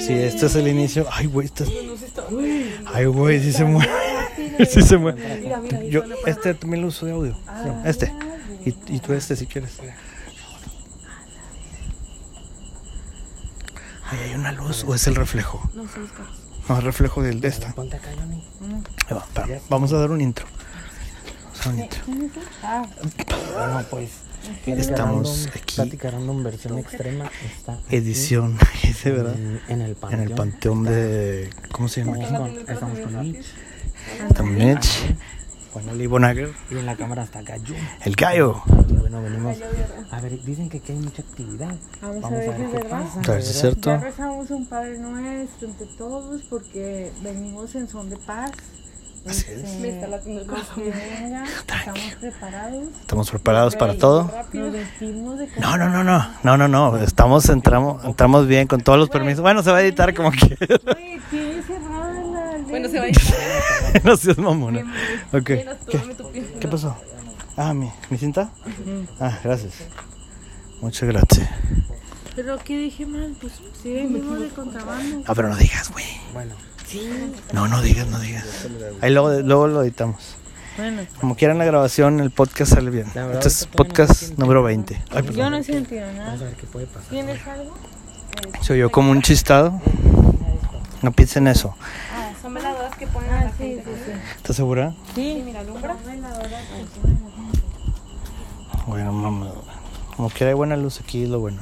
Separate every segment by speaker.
Speaker 1: Sí, este es el inicio. Ay, güey, este es-
Speaker 2: No se está.
Speaker 1: Ay, güey, sí se mueve. Sí se mueve.
Speaker 2: Mira, mira, ahí
Speaker 1: Yo,
Speaker 2: está la Ah, palabra.
Speaker 1: este también lo uso de audio. No, este. Y, y tú este si quieres. Ay, hay una luz o es el reflejo.
Speaker 2: No son los carros.
Speaker 1: No, el reflejo del de esta.
Speaker 3: Ponte acá, Johnny.
Speaker 1: Ahí va, espera. Vamos a dar un intro. Vamos a dar un intro.
Speaker 3: Bueno, pues.
Speaker 1: Estamos aquí.
Speaker 3: Plática random versión extrema. Está aquí
Speaker 1: Edición, de verdad.
Speaker 3: En, en el
Speaker 1: En
Speaker 3: panteón.
Speaker 1: el panteón de. ¿Cómo se llama?
Speaker 3: Estamos con- Estamos con Mitch.
Speaker 1: También. Juan Eli Bonager.
Speaker 3: Y en la cámara está acá Jun.
Speaker 1: El gallo.
Speaker 3: Y bueno, venimos. A ver, dicen que aquí hay mucha actividad.
Speaker 2: Ah.
Speaker 4: Vamos a ver si es
Speaker 3: qué
Speaker 4: verdad.
Speaker 3: pasa,
Speaker 1: A ver si es cierto.
Speaker 4: Ya rezamos un Padre Nuestro entre todos porque venimos en son de paz.
Speaker 1: Así es.
Speaker 4: Este,
Speaker 2: Me está latiendo el
Speaker 4: los
Speaker 2: corazón.
Speaker 4: que vengan, estamos preparados.
Speaker 1: Estamos preparados para todo.
Speaker 4: Nos vestimos de
Speaker 1: No, no, no, no, no, no, no. Estamos, entramos, entramos bien con todos los permisos. Bueno, se va a editar como que.
Speaker 4: Oye, tiene cerrada la ley.
Speaker 2: Bueno, se va a ir.
Speaker 1: no seas mamona. Ok.
Speaker 2: Menos tú,
Speaker 1: ¿Qué,
Speaker 2: dame tu pie.
Speaker 1: qué pasó? Ah, mi, mi cinta. Ah, gracias. Muchas gracias.
Speaker 4: Pero ¿qué dije mal? Pues sí, venimos de contrabando.
Speaker 1: Ah, pero no digas, güey.
Speaker 3: Bueno,
Speaker 1: No, no digas, no digas. Ahí luego, luego lo editamos.
Speaker 4: Bueno,
Speaker 1: Como quieran la grabación, el podcast sale bien.
Speaker 3: La verdad,
Speaker 1: Este es
Speaker 3: ahorita todavía no
Speaker 1: podcast
Speaker 3: siento.
Speaker 1: número 20. Ay, perdón.
Speaker 4: yo no he sentido nada.
Speaker 3: vamos a ver qué puede pasar.
Speaker 4: ¿Tienes algo?
Speaker 1: Se oyó como un chistado. No piensen eso.
Speaker 2: Ah, Son veladoras que ponen a
Speaker 4: Ah,
Speaker 2: la
Speaker 4: sí,
Speaker 2: gente.
Speaker 4: sí, sí.
Speaker 1: ¿Estás segura?
Speaker 4: Sí,
Speaker 2: Mira, alumbra.
Speaker 1: Bueno, mamá. Como quiera hay buena luz aquí, es lo bueno.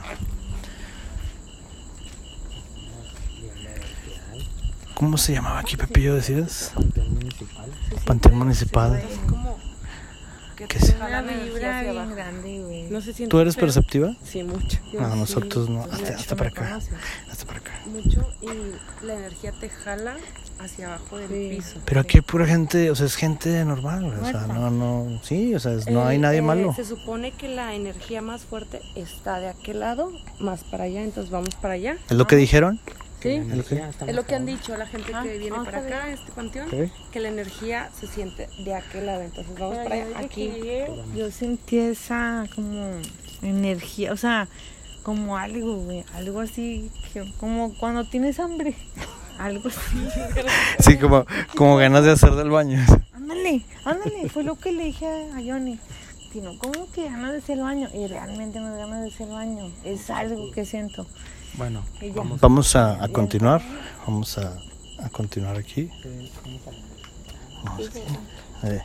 Speaker 1: ¿Cómo se llamaba aquí, Pepillo, decías?
Speaker 3: Panteón municipal.
Speaker 1: Panteón Municipal.
Speaker 2: Como que
Speaker 1: ¿Qué es?
Speaker 2: te jala la
Speaker 4: una
Speaker 2: energía
Speaker 4: vibra
Speaker 2: hacia
Speaker 4: bien
Speaker 2: abajo.
Speaker 4: grande, güey.
Speaker 2: No se siente.
Speaker 1: ¿Tú eres
Speaker 2: pero-
Speaker 1: perceptiva?
Speaker 2: Sí, mucho.
Speaker 1: No, nosotros no. Hasta,
Speaker 2: De
Speaker 1: hasta
Speaker 2: hecho,
Speaker 1: para
Speaker 2: me
Speaker 1: acá.
Speaker 2: conoces.
Speaker 1: Hasta para acá.
Speaker 2: Mucho y la energía te jala hacia abajo del
Speaker 4: Sí.
Speaker 2: piso.
Speaker 1: Pero aquí hay pura gente, o sea, es gente normal, güey, o sea, no, no, sí, o sea, es- no hay
Speaker 2: Eh,
Speaker 1: nadie
Speaker 2: eh,
Speaker 1: malo.
Speaker 2: Se supone que la energía más fuerte está de aquel lado, más para allá, entonces vamos para allá.
Speaker 1: ¿Es lo que dijeron?
Speaker 3: La
Speaker 4: Sí,
Speaker 3: energía está
Speaker 2: Es lo que han
Speaker 3: marcada.
Speaker 2: dicho la gente
Speaker 4: Ah,
Speaker 2: que viene
Speaker 4: vamos
Speaker 2: para
Speaker 4: para
Speaker 2: acá, a este panteón,
Speaker 1: Ok.
Speaker 2: que la energía se siente de aquel lado, entonces vamos
Speaker 4: Pero
Speaker 2: para
Speaker 4: yo
Speaker 2: allá,
Speaker 4: desde que
Speaker 2: aquí.
Speaker 4: llegué, Yo sentí esa como energía, o sea, como algo, güey, algo así, que- como cuando tienes hambre, algo así.
Speaker 1: Sí, como, como ganas de hacer del baño.
Speaker 4: ándale, ándale, fue lo que le dije a, a Johnny. Sino, ¿cómo que ganas de hacer baño? Y realmente no es ganas de hacer baño, es algo que siento.
Speaker 3: Bueno,
Speaker 4: Y ya.
Speaker 3: vamos.
Speaker 1: Vamos a, a continuar, vamos a, a continuar aquí. Vamos, aquí. Eh,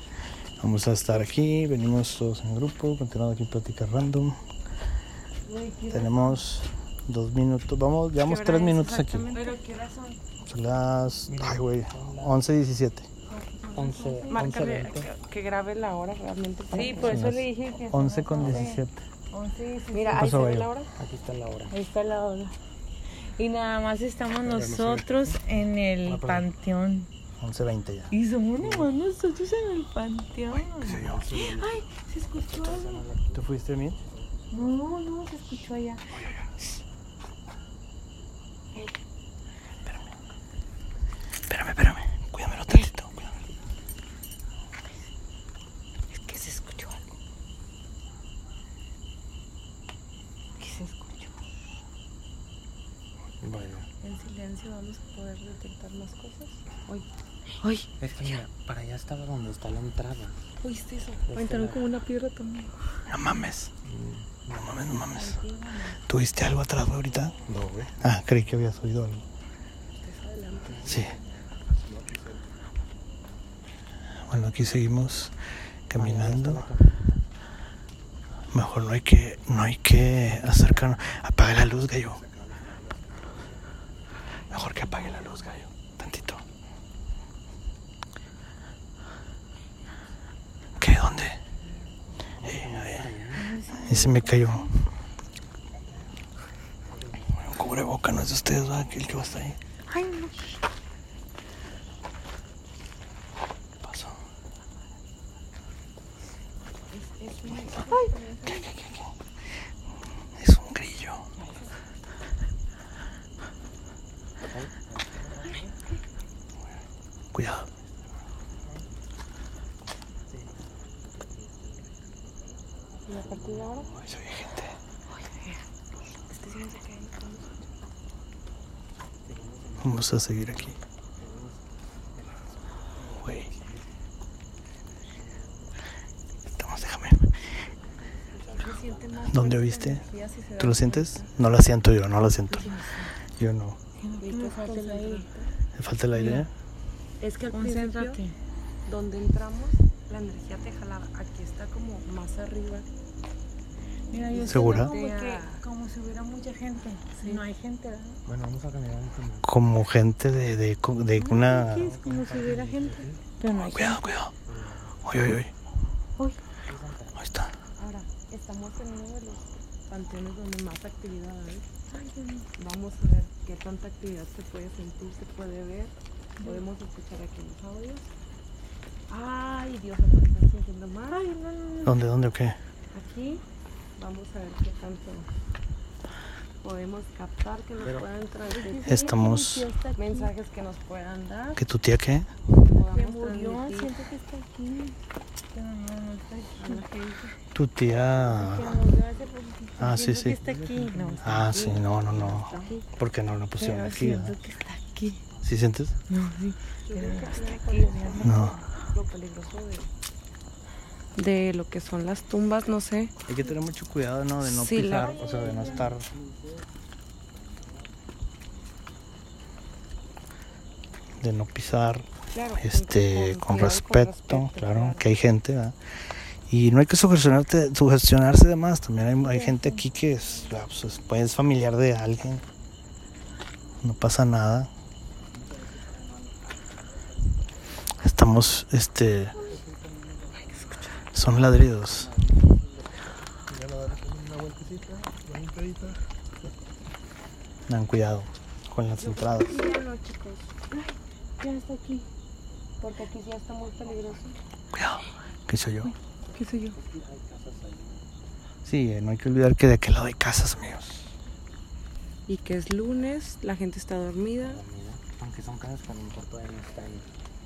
Speaker 1: vamos a estar aquí, venimos todos en grupo, continuando aquí plática random. Tenemos dos minutos, vamos, llevamos tres minutos aquí.
Speaker 4: Pero ¿qué horas son?
Speaker 1: Son las, ay güey, 11.17.
Speaker 3: 11,
Speaker 2: Márcale
Speaker 3: 11,
Speaker 2: que, que grabe la hora realmente.
Speaker 4: Sí, por eso le dije que...
Speaker 1: 11 con 17.
Speaker 2: Mira, ahí se
Speaker 1: pasó,
Speaker 2: ve
Speaker 1: Bello?
Speaker 2: la hora.
Speaker 3: Aquí está la hora.
Speaker 4: Ahí está la hora. Y nada más estamos nosotros en el panteón.
Speaker 1: 11.20 ya.
Speaker 4: Y somos nomás nosotros en el panteón. Ay, se escuchó. algo.
Speaker 1: ¿Tú fuiste bien?
Speaker 4: No, no, se escuchó allá.
Speaker 1: Espérame, espérame. Cuídamelo tantito. cuídamelo.
Speaker 4: Es que se escuchó algo. ¿Qué se escuchó?
Speaker 3: Bueno.
Speaker 2: En silencio vamos a poder detectar más cosas.
Speaker 4: Ay,
Speaker 3: Es que mira, para allá estaba donde está la entrada.
Speaker 2: ¿Oíste eso? Aventaron como una piedra también.
Speaker 1: No mames. No mames, no mames. ¿Tuviste algo atrás güey, ahorita? No, güey. Ah, creí que habías oído algo. Sí. Bueno, aquí seguimos caminando. Mejor no hay que, no hay que acercarnos. Apaga la luz, gallo. Mejor que apague la luz, gallo. Tantito. ¿Qué? ¿Dónde? Eh, a ver. Y se me cayó. Bueno, cubreboca, no es de ustedes, ¿verdad? Que El que va hasta ahí.
Speaker 4: ay, no.
Speaker 1: ¿Qué pasó? ¿Qué, qué, qué, qué? Es un grillo. Cuidado.
Speaker 2: Y a partir de ahora,
Speaker 1: Ay, se oye gente.
Speaker 2: este sí no se cae.
Speaker 1: Vamos a seguir aquí. Güey. Estamos, déjame. ¿Dónde viste? ¿Tú lo sientes? No la siento yo, no la siento. Yo no. ¿Me falta el aire?
Speaker 5: Es que al
Speaker 4: Concéntrate.
Speaker 5: principio, donde entramos, la energía te jalaba. Aquí está como más arriba.
Speaker 4: Mira, yo
Speaker 1: ¿Segura?
Speaker 4: siento Como, que- como si hubiera mucha gente. No hay gente, ¿verdad?
Speaker 3: Bueno, vamos a caminar un poco más.
Speaker 1: Como gente de, de, de una...
Speaker 4: Sí, es como si hubiera gente. Pero no hay gente.
Speaker 1: Ah, Cuidado, cuidado. Uy, uy, uy.
Speaker 4: Uy.
Speaker 1: Ahí está.
Speaker 5: Ahora, estamos en uno de los panteones donde más actividad hay. Vamos a ver qué tanta actividad se puede sentir, se puede ver. Podemos escuchar aquí los audios. Ay, Dios, acá se está sintiendo mal.
Speaker 4: Ay, no, no, no.
Speaker 1: ¿Dónde, dónde o qué?
Speaker 5: Aquí vamos a ver qué tanto podemos captar que nos puedan transmitir.
Speaker 1: Estamos...
Speaker 5: Mensajes que nos puedan dar.
Speaker 1: ¿Que tu tía qué?
Speaker 4: Se
Speaker 5: Podamos
Speaker 4: murió,
Speaker 5: transmitir
Speaker 4: siento que está aquí.
Speaker 1: Ah.
Speaker 4: Pero no, no está aquí.
Speaker 5: a la gente.
Speaker 1: Tu tía...
Speaker 4: Se murió hace poquito.
Speaker 1: Ah, sí,
Speaker 4: Siento que
Speaker 1: sí.
Speaker 4: está aquí. No, está
Speaker 1: Ah, sí, no, no, no. Porque no lo pusieron
Speaker 4: pero
Speaker 1: aquí.
Speaker 4: siento
Speaker 1: ¿verdad?
Speaker 4: que está aquí.
Speaker 1: ¿Sí sientes?
Speaker 4: No, sí.
Speaker 5: Yo creo que aquí
Speaker 1: No.
Speaker 5: lo peligroso de, de lo que son las tumbas, no sé.
Speaker 1: Hay que tener mucho cuidado, ¿no? De no
Speaker 5: Sí, la-
Speaker 1: pisar, o sea, de no estar... De no pisar
Speaker 5: Claro,
Speaker 1: este, con,
Speaker 5: cuidado,
Speaker 1: respeto, claro, que hay gente, ¿verdad? Y no hay que sugestionarte, sugestionarse de más, también hay, hay gente aquí que es, ah, pues, es- pues, es familiar de alguien, no pasa nada. Estamos, este, son ladridos. Tengan cuidado con las entradas.
Speaker 5: Míralo, chicos. Ay, ya está aquí. Porque aquí ya está muy peligroso.
Speaker 1: Cuidado, que soy yo.
Speaker 5: ¿Qué soy yo?
Speaker 1: Sí, eh, no hay que olvidar que de aquel lado hay casas, amigos.
Speaker 5: Y que es lunes, la gente está dormida.
Speaker 3: Aunque son casas que a lo mejor todavía no están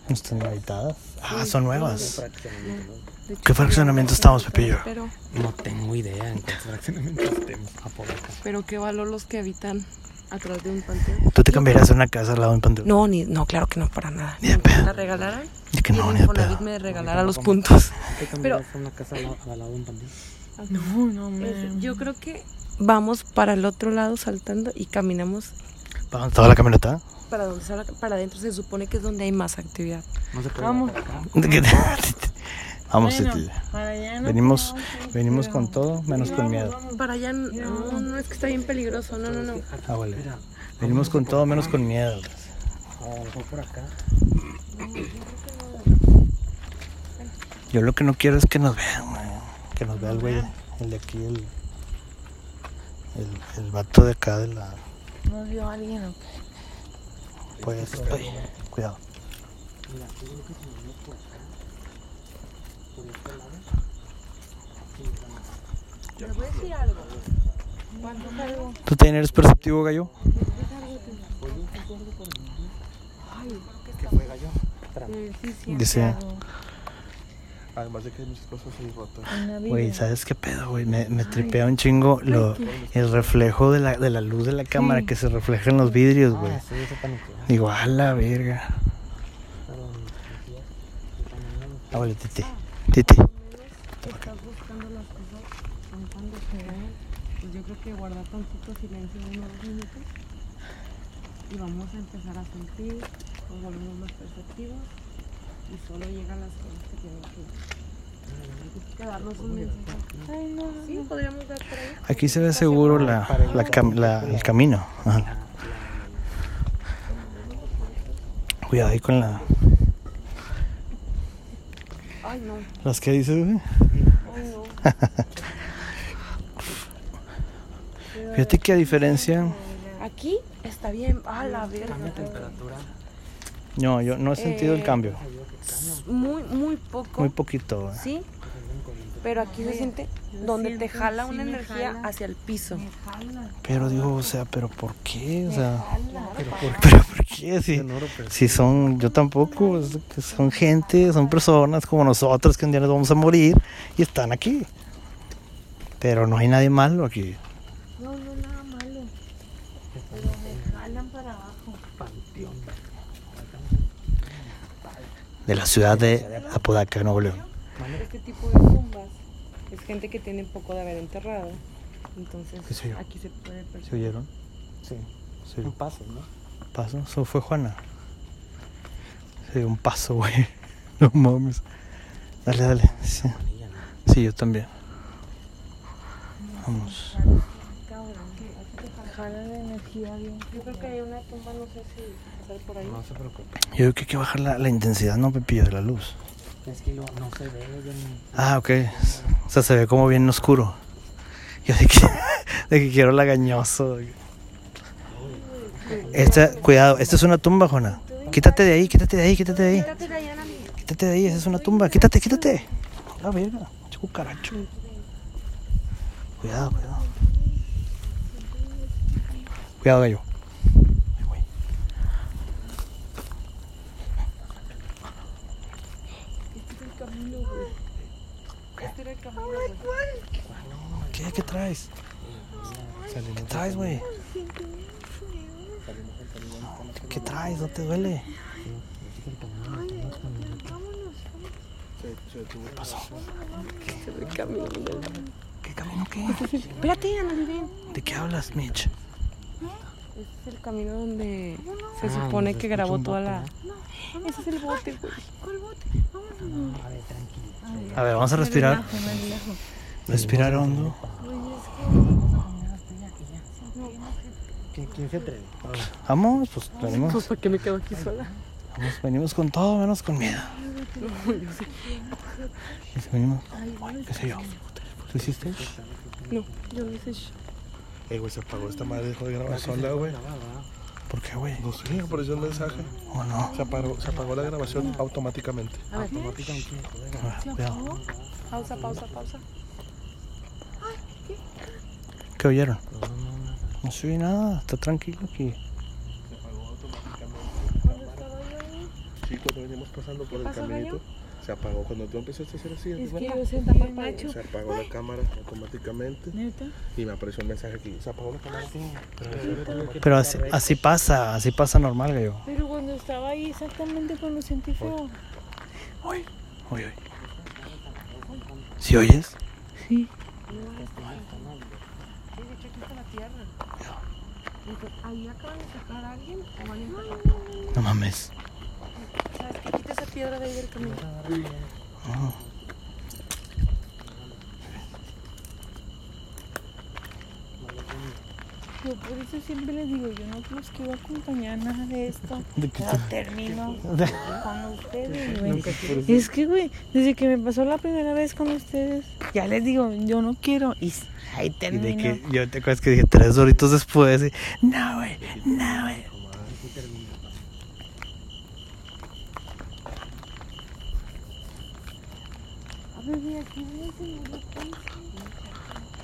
Speaker 1: No están habitadas. Ah, son nuevas.
Speaker 3: fraccionamiento, ¿no?
Speaker 5: De hecho,
Speaker 1: ¿Qué fraccionamiento
Speaker 5: ya-
Speaker 1: estamos, Pepillo?
Speaker 5: Pero,
Speaker 3: No tengo idea en qué fraccionamiento estemos. A por acá.
Speaker 5: pero qué valor los que habitan atrás de un panteón.
Speaker 1: ¿Tú te cambiarías a una casa al lado de un panteón?
Speaker 5: No, ni, no, claro que no, para nada.
Speaker 1: Ni de
Speaker 5: Ni que
Speaker 1: pedo.
Speaker 5: La regalaran.
Speaker 1: Es que
Speaker 5: y
Speaker 1: no,
Speaker 5: el
Speaker 1: ni de
Speaker 5: Infonavit
Speaker 1: pedo.
Speaker 5: me regalara los puntos.
Speaker 3: ¿Te
Speaker 5: Pero-
Speaker 3: cambiarías a una casa al lado, al lado de un panteón?
Speaker 4: No, no,
Speaker 5: Es-
Speaker 4: man.
Speaker 5: yo creo que vamos para el otro lado saltando y caminamos
Speaker 1: ¿Para dónde estaba la camioneta?
Speaker 5: para donde está la- para adentro se supone que es donde hay más actividad.
Speaker 3: No se puede
Speaker 4: Vamos.
Speaker 3: bajar acá.
Speaker 1: ¿De qué te- Vamos,
Speaker 4: Bueno,
Speaker 1: Titi.
Speaker 4: para allá no
Speaker 1: Venimos,
Speaker 4: vamos,
Speaker 1: venimos
Speaker 4: pero-
Speaker 1: con todo, menos con
Speaker 4: Vamos,
Speaker 1: miedo.
Speaker 4: vamos.
Speaker 5: Para allá n- no, no, es que está bien peligroso, no, no, no.
Speaker 1: Ah, vale. Venimos con todo, menos con miedo.
Speaker 3: A lo mejor por acá.
Speaker 1: Yo lo que no quiero es que nos vean, güey. Que nos vea el güey, el de aquí, el, el, el vato de acá de la...
Speaker 4: Nos vio alguien. ¿o qué?
Speaker 1: Pues, ay, cuidado.
Speaker 3: Mira, yo creo que si nos vemos por acá, por este lado,
Speaker 5: Les voy a decir algo. Cuando salgo,
Speaker 1: ¿Tú también eres perceptivo, gallo?
Speaker 3: que fue gallo.
Speaker 5: Eh,
Speaker 1: Dice...
Speaker 6: Además de que hay muchas cosas ahí rotas.
Speaker 4: En la vida.
Speaker 1: Güey, ¿sabes qué pedo, güey? Me, me tripea un chingo lo, el reflejo de la, de la luz de la cámara que se refleja en los vidrios, güey.
Speaker 3: Ah, sí, eso paniquea.
Speaker 1: Digo, a la verga.
Speaker 3: Pero,
Speaker 1: Ah, vale, Titi. Titi.
Speaker 5: estás buscando las cosas aun cuando se ven, pues yo creo que guardar tantito silencio unos dos minutos y vamos a empezar a sentir, nos volvemos más perceptivos y solo llegan las cosas que tienen que ir. Quedarnos un mensaje.
Speaker 4: Ay, no, no,
Speaker 5: Sí, podríamos dar por ahí.
Speaker 1: Aquí se ve seguro la, la cam- la- el camino. Ajá. Cuidado ahí con la...
Speaker 5: Ay, no.
Speaker 1: ¿Las que dices, güey? Fíjate que a diferencia...
Speaker 5: Aquí está bien. A la
Speaker 3: Cambia
Speaker 5: verga.
Speaker 3: temperatura.
Speaker 1: No, yo no he sentido el cambio.
Speaker 5: Muy, muy poco.
Speaker 1: Muy poquito, güey.
Speaker 5: Sí. Pero aquí se siente donde te jala una energía hacia el piso.
Speaker 1: Pero digo, o sea, ¿pero por qué? O sea, ¿pero por qué? Si, si son, yo tampoco, es que son gente, son personas como nosotros que un día nos vamos a morir y están aquí. Pero no hay nadie malo aquí.
Speaker 4: No, no, nada malo. Pero me jalan para abajo.
Speaker 1: de la ciudad de Apodaca, Nuevo León.
Speaker 5: Este tipo de tumbas es gente que tiene poco de haber enterrado. Entonces,
Speaker 1: ¿Qué soy yo?
Speaker 5: aquí se puede percibir.
Speaker 1: ¿Se oyeron?
Speaker 3: Sí.
Speaker 1: Se
Speaker 3: Un
Speaker 1: oyó
Speaker 3: paso, ¿no?
Speaker 1: un paso. Eso fue Juana. Se oyó un paso, güey. No mames. Dale, dale. Sí,
Speaker 3: Manilla, ¿no?
Speaker 1: sí, yo también. Vamos.
Speaker 4: Jala de energía bien.
Speaker 5: Yo creo que hay una tumba, no sé si pasar por ahí.
Speaker 3: No se preocupe.
Speaker 1: Yo creo que hay que bajar la, la intensidad, ¿no, Pepillo? De la luz.
Speaker 3: Es que lo- no se ve. bien.
Speaker 1: Ah, ok. O sea, se ve como bien oscuro. Yo de que, de que quiero lagañoso. Esta, cuidado, esta es una tumba, Juana. Quítate de ahí, quítate de ahí, quítate de ahí.
Speaker 4: Quítate de allá, Nami.
Speaker 1: Quítate de ahí, esa es una tumba. Quítate, quítate. La verga, ese cucaracho. Cuidado, cuidado. Cuidado, gallo. Ay, güey.
Speaker 5: Este era el camino. güey.
Speaker 1: ¿Qué? ¿Qué traes? ¿Qué traes, güey? ¿Qué traes? ¿No te duele? ¿Qué camino qué?
Speaker 4: Espérate, Nami, ven.
Speaker 1: ¿De qué hablas, Mitch?
Speaker 5: Este es el camino donde se
Speaker 3: Ah,
Speaker 5: supone
Speaker 3: donde
Speaker 5: que
Speaker 3: escucha
Speaker 5: grabó
Speaker 3: un
Speaker 5: toda
Speaker 3: bote,
Speaker 5: la. Ese es el bote, güey.
Speaker 3: ¿no? A ver, tranquilo.
Speaker 1: A ver, vamos a respirar.
Speaker 4: Me relajo.
Speaker 1: Respirar hondo.
Speaker 3: ¿Qui- ¿Quién se atreve?
Speaker 1: Vamos, pues venimos,
Speaker 5: ¿Por qué me quedo aquí sola?
Speaker 1: vamos, venimos con todo menos con miedo. Y si venimos- ¿Qué sé yo? ¿Lo hiciste?
Speaker 5: No, yo no hice eso.
Speaker 7: Eh, güey, se apagó esta madre, dejó de grabar sola, güey.
Speaker 1: ¿Por qué, güey?
Speaker 7: No sé, apareció el mensaje.
Speaker 1: ¿O no?
Speaker 7: Se apagó, se apagó la grabación automáticamente.
Speaker 3: Automáticamente.
Speaker 1: A ver, cuidado.
Speaker 5: Pausa, pausa, pausa.
Speaker 1: ¿Qué oyeron?
Speaker 3: No, no, no, no.
Speaker 1: No se oye nada, está tranquilo aquí.
Speaker 7: Sí, cuando veníamos pasando por el
Speaker 5: pasó,
Speaker 7: caminito, se apagó. Cuando tú empezaste a hacer así,
Speaker 5: Es
Speaker 7: ¿te
Speaker 5: que
Speaker 7: acuerdas?
Speaker 5: yo sentí el macho.
Speaker 7: se apagó la cámara automáticamente
Speaker 4: ¿Neta?
Speaker 7: y me apareció un mensaje aquí. Se apagó la cámara.
Speaker 1: Pero así, así pasa, así pasa normal, gallo.
Speaker 4: Pero cuando estaba ahí, exactamente cuando sentí feo.
Speaker 1: Oye, oye. ¿Sí oyes?
Speaker 5: Ahí acaban de sacar a alguien o van a entrar?
Speaker 1: No mames.
Speaker 5: ¿Sabes qué? Quita esa piedra de ahí del camino.
Speaker 1: Pues.
Speaker 4: Yo por eso siempre les digo, yo no los quiero acompañar nada de esto.
Speaker 1: ¿De qué
Speaker 4: Pero
Speaker 1: te-
Speaker 4: termino con ustedes, güey. Es que, güey, desde que me pasó la primera vez con ustedes, ya les digo, yo no quiero. Y s- ahí
Speaker 1: Y
Speaker 4: termino.
Speaker 1: de que yo te acuerdas que dije tres horitos después y, no, güey, no, güey.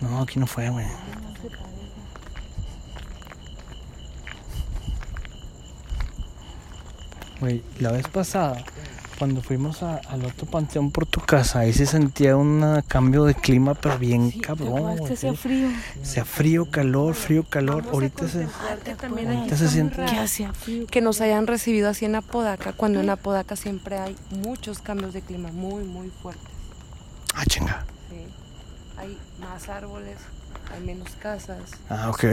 Speaker 1: No, aquí no fue, güey. Güey, la vez pasada, cuando fuimos a- al otro panteón por tu casa, ahí se sentía un ah, cambio de clima, pero bien cabrón,
Speaker 4: Hasta
Speaker 1: güey.
Speaker 4: hacía frío.
Speaker 1: Sea frío, calor, frío, calor.
Speaker 5: Vamos a
Speaker 1: Ahorita se...
Speaker 5: contemplar que también aquí
Speaker 1: ahorita se
Speaker 5: está muy
Speaker 1: siente-
Speaker 5: raro
Speaker 4: Que hacía frío.
Speaker 5: que nos hayan recibido así en Apodaca, cuando en Apodaca siempre hay muchos cambios de clima muy, muy fuertes.
Speaker 1: Ah, chinga.
Speaker 5: ¿sí? Hay más árboles, hay menos casas.
Speaker 1: Ah, ok.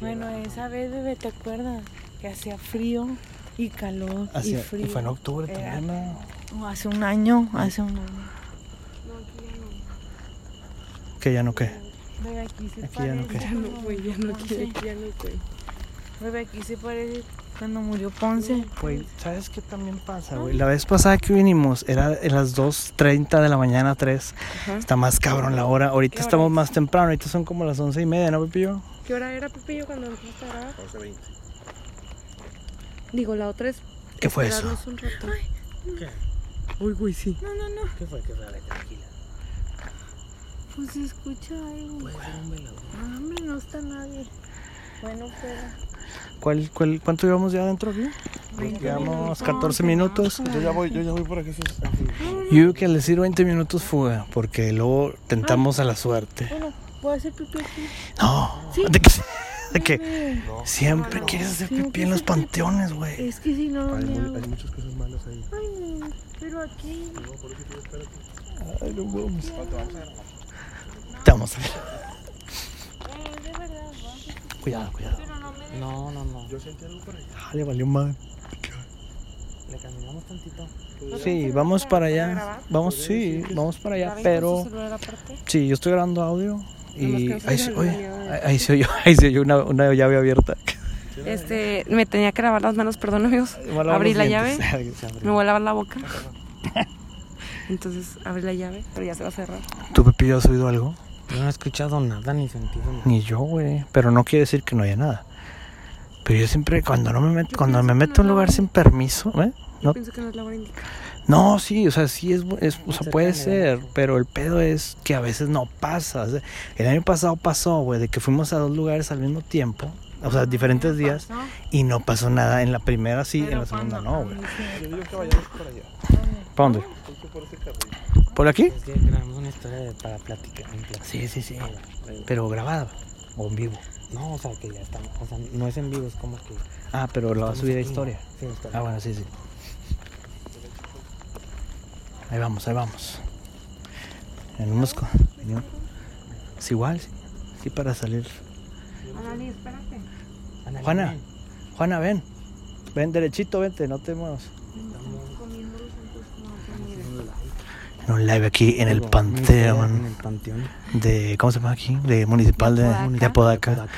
Speaker 4: Bueno, esa vez, bebé, ¿te acuerdas? Que hacía frío y calor
Speaker 1: Así,
Speaker 4: y frío.
Speaker 1: y fue en
Speaker 5: eh,
Speaker 1: octubre
Speaker 4: Era-
Speaker 1: también, ¿no?
Speaker 4: No, hace un año, hace un año.
Speaker 1: Que ya no qué.
Speaker 4: Bebé, aquí se
Speaker 1: Aquí ya no
Speaker 4: parece
Speaker 1: queda.
Speaker 4: cuando murió Ponce.
Speaker 5: ya no quiere.
Speaker 4: Bebé, aquí se parece cuando murió Ponce.
Speaker 1: Güey, ¿sabes qué también pasa, güey? La vez pasada que vinimos era en las 2.30 de la mañana, 3. Está más cabrón la hora. Ahorita
Speaker 5: ¿Qué hora
Speaker 1: estamos más temprano. Ahorita son como las once y media, ¿no, Pepillo?
Speaker 5: ¿Qué hora era, Pepillo, cuando empezaste a grabar?
Speaker 7: 11.20.
Speaker 5: Digo, la otra es
Speaker 1: ¿Qué fue eso?
Speaker 5: esperarnos un rato.
Speaker 3: ¿Qué?
Speaker 5: Uy, güey, sí.
Speaker 4: No, no, no.
Speaker 3: ¿Qué fue? ¿Qué fue? A ver, tranquila.
Speaker 4: Pues se escucha algo.
Speaker 3: Puede ser un velador.
Speaker 4: No, hombre, no está nadie. Bueno, pero.
Speaker 1: ¿Cuál, cuál, ¿Cuánto llevamos ya adentro aquí? Llevamos 14 minutos.
Speaker 7: Yo ya voy, yo ya voy por aquí. Jesús.
Speaker 1: Yo que al decir 20 minutos fuga, porque luego tentamos a la suerte.
Speaker 4: Bueno, voy a hacer pipí aquí.
Speaker 1: No.
Speaker 4: Sí.
Speaker 1: ¿De qué? de que
Speaker 7: No,
Speaker 1: siempre quieres hacer pipí en los panteones, güey.
Speaker 4: Es que si no,
Speaker 7: hay,
Speaker 4: no.
Speaker 7: mu- hay muchas cosas malas ahí.
Speaker 4: Ay, no, pero aquí.
Speaker 7: No, por eso tú espérate.
Speaker 1: Ay, no mames. Te vamos a
Speaker 4: eh, de verdad, vamos.
Speaker 1: Cuidado, cuidado.
Speaker 4: Pero no me.
Speaker 3: No, no, no.
Speaker 7: Yo sentí algo para allá.
Speaker 1: Ah, le valió madre.
Speaker 3: Le caminamos tantito.
Speaker 1: Sí, vamos para allá. Vamos, sí, vamos para allá, pero... Sí, yo estoy grabando audio y
Speaker 2: Nomás que no se
Speaker 1: ahí se,
Speaker 2: oye
Speaker 1: oye,
Speaker 2: el audio.
Speaker 1: ahí- ahí se oyó, ahí se oyó una, una llave abierta.
Speaker 2: Este, me tenía que lavar las manos, perdón amigos. Abrí la llave, me voy a lavar la boca. Entonces abrí la llave, pero ya se va a cerrar.
Speaker 1: ¿Tú, Pepillo, has oído algo?
Speaker 3: Yo no he escuchado nada ni sentido nada.
Speaker 1: Ni yo, güey. Pero no quiere decir que no haya nada. Pero yo siempre, cuando no me meto, cuando me meto a un lugar sin permiso, ¿eh?
Speaker 2: Yo
Speaker 1: No.
Speaker 2: pienso que no es la hora indicada.
Speaker 1: No, sí, o sea, sí es, bu- es- o sea,
Speaker 3: Cerca
Speaker 1: puede
Speaker 3: del
Speaker 1: ser,
Speaker 3: evento.
Speaker 1: pero el pedo es que a veces no pasa. o sea, el año pasado pasó, güey, de que fuimos a dos lugares al mismo tiempo, o sea, diferentes días, y no pasó nada. En la primera sí, en la segunda no, güey.
Speaker 7: Yo digo que vayamos para allá.
Speaker 1: ¿Para dónde?
Speaker 7: Justo por ese carril.
Speaker 1: ¿Por aquí?
Speaker 3: Es que grabamos una historia de- para platicar. en plan.
Speaker 1: Sí, sí,
Speaker 3: Ah,
Speaker 1: sí. Pero grabada o en vivo.
Speaker 3: No, o sea, que ya estamos. O sea, no es en vivo, es como que.
Speaker 1: Ah, pero la va a
Speaker 3: estamos
Speaker 1: subir a
Speaker 3: aquí.
Speaker 1: historia.
Speaker 3: Sí, historia.
Speaker 1: Ah, bueno, sí, sí. Ahí vamos, ahí vamos. En unos co- en un- Es igual, sí. Sí, para salir.
Speaker 2: Analí, espérate.
Speaker 3: Ándale,
Speaker 1: Juana.
Speaker 3: ven.
Speaker 1: Juana, ven. Ven derechito, vente, no te muevas. En un live aquí en el
Speaker 3: Digo, En
Speaker 1: Panteón
Speaker 3: el panteón.
Speaker 1: de. ¿Cómo se llama aquí? De Municipal de, de Apodaca.
Speaker 3: Acá.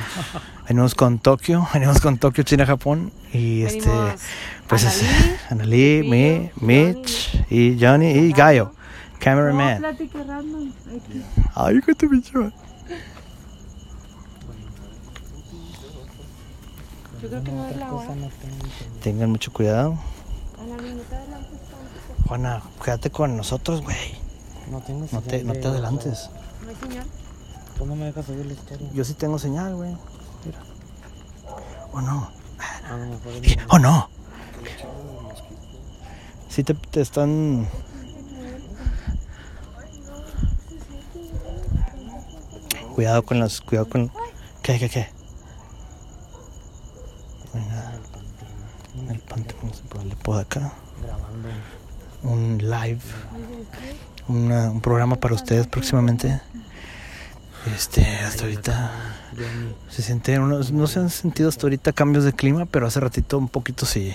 Speaker 1: Venimos con Tokio, venimos con Tokio, China, Japón. Y este.
Speaker 2: Venimos
Speaker 1: Pues es
Speaker 2: Analí,
Speaker 1: Annalí, me,
Speaker 2: Pepillo,
Speaker 1: Mitch y Johnny y Gallo.
Speaker 2: No,
Speaker 1: Cameraman.
Speaker 2: plática random. Aquí.
Speaker 1: Ay, qué te bicho.
Speaker 2: Yo creo que no es la hora.
Speaker 1: Tengan mucho cuidado.
Speaker 2: Analí, no te adelantes tanto.
Speaker 1: Juana, quédate con nosotros, güey.
Speaker 3: No tengo
Speaker 1: No te,
Speaker 3: señal
Speaker 1: no
Speaker 3: de-
Speaker 1: te adelantes.
Speaker 2: No hay señal.
Speaker 3: Tú no me dejas subir la historia.
Speaker 1: Yo sí tengo señal, güey. Mira. ¿O no?
Speaker 3: A lo mejor. es
Speaker 1: ¿O no? Sí te, te están... Cuidado con las... Cuidado con... ¿Qué, qué, qué? No hay nada.
Speaker 3: el panteón.
Speaker 1: En el panteón se puede por acá.
Speaker 3: Grabando.
Speaker 1: Un live. una- un programa para ustedes próximamente. Este, hasta ahorita
Speaker 3: Johnny.
Speaker 1: se siente, no, no se han sentido hasta ahorita cambios de clima, pero hace ratito un poquito sí.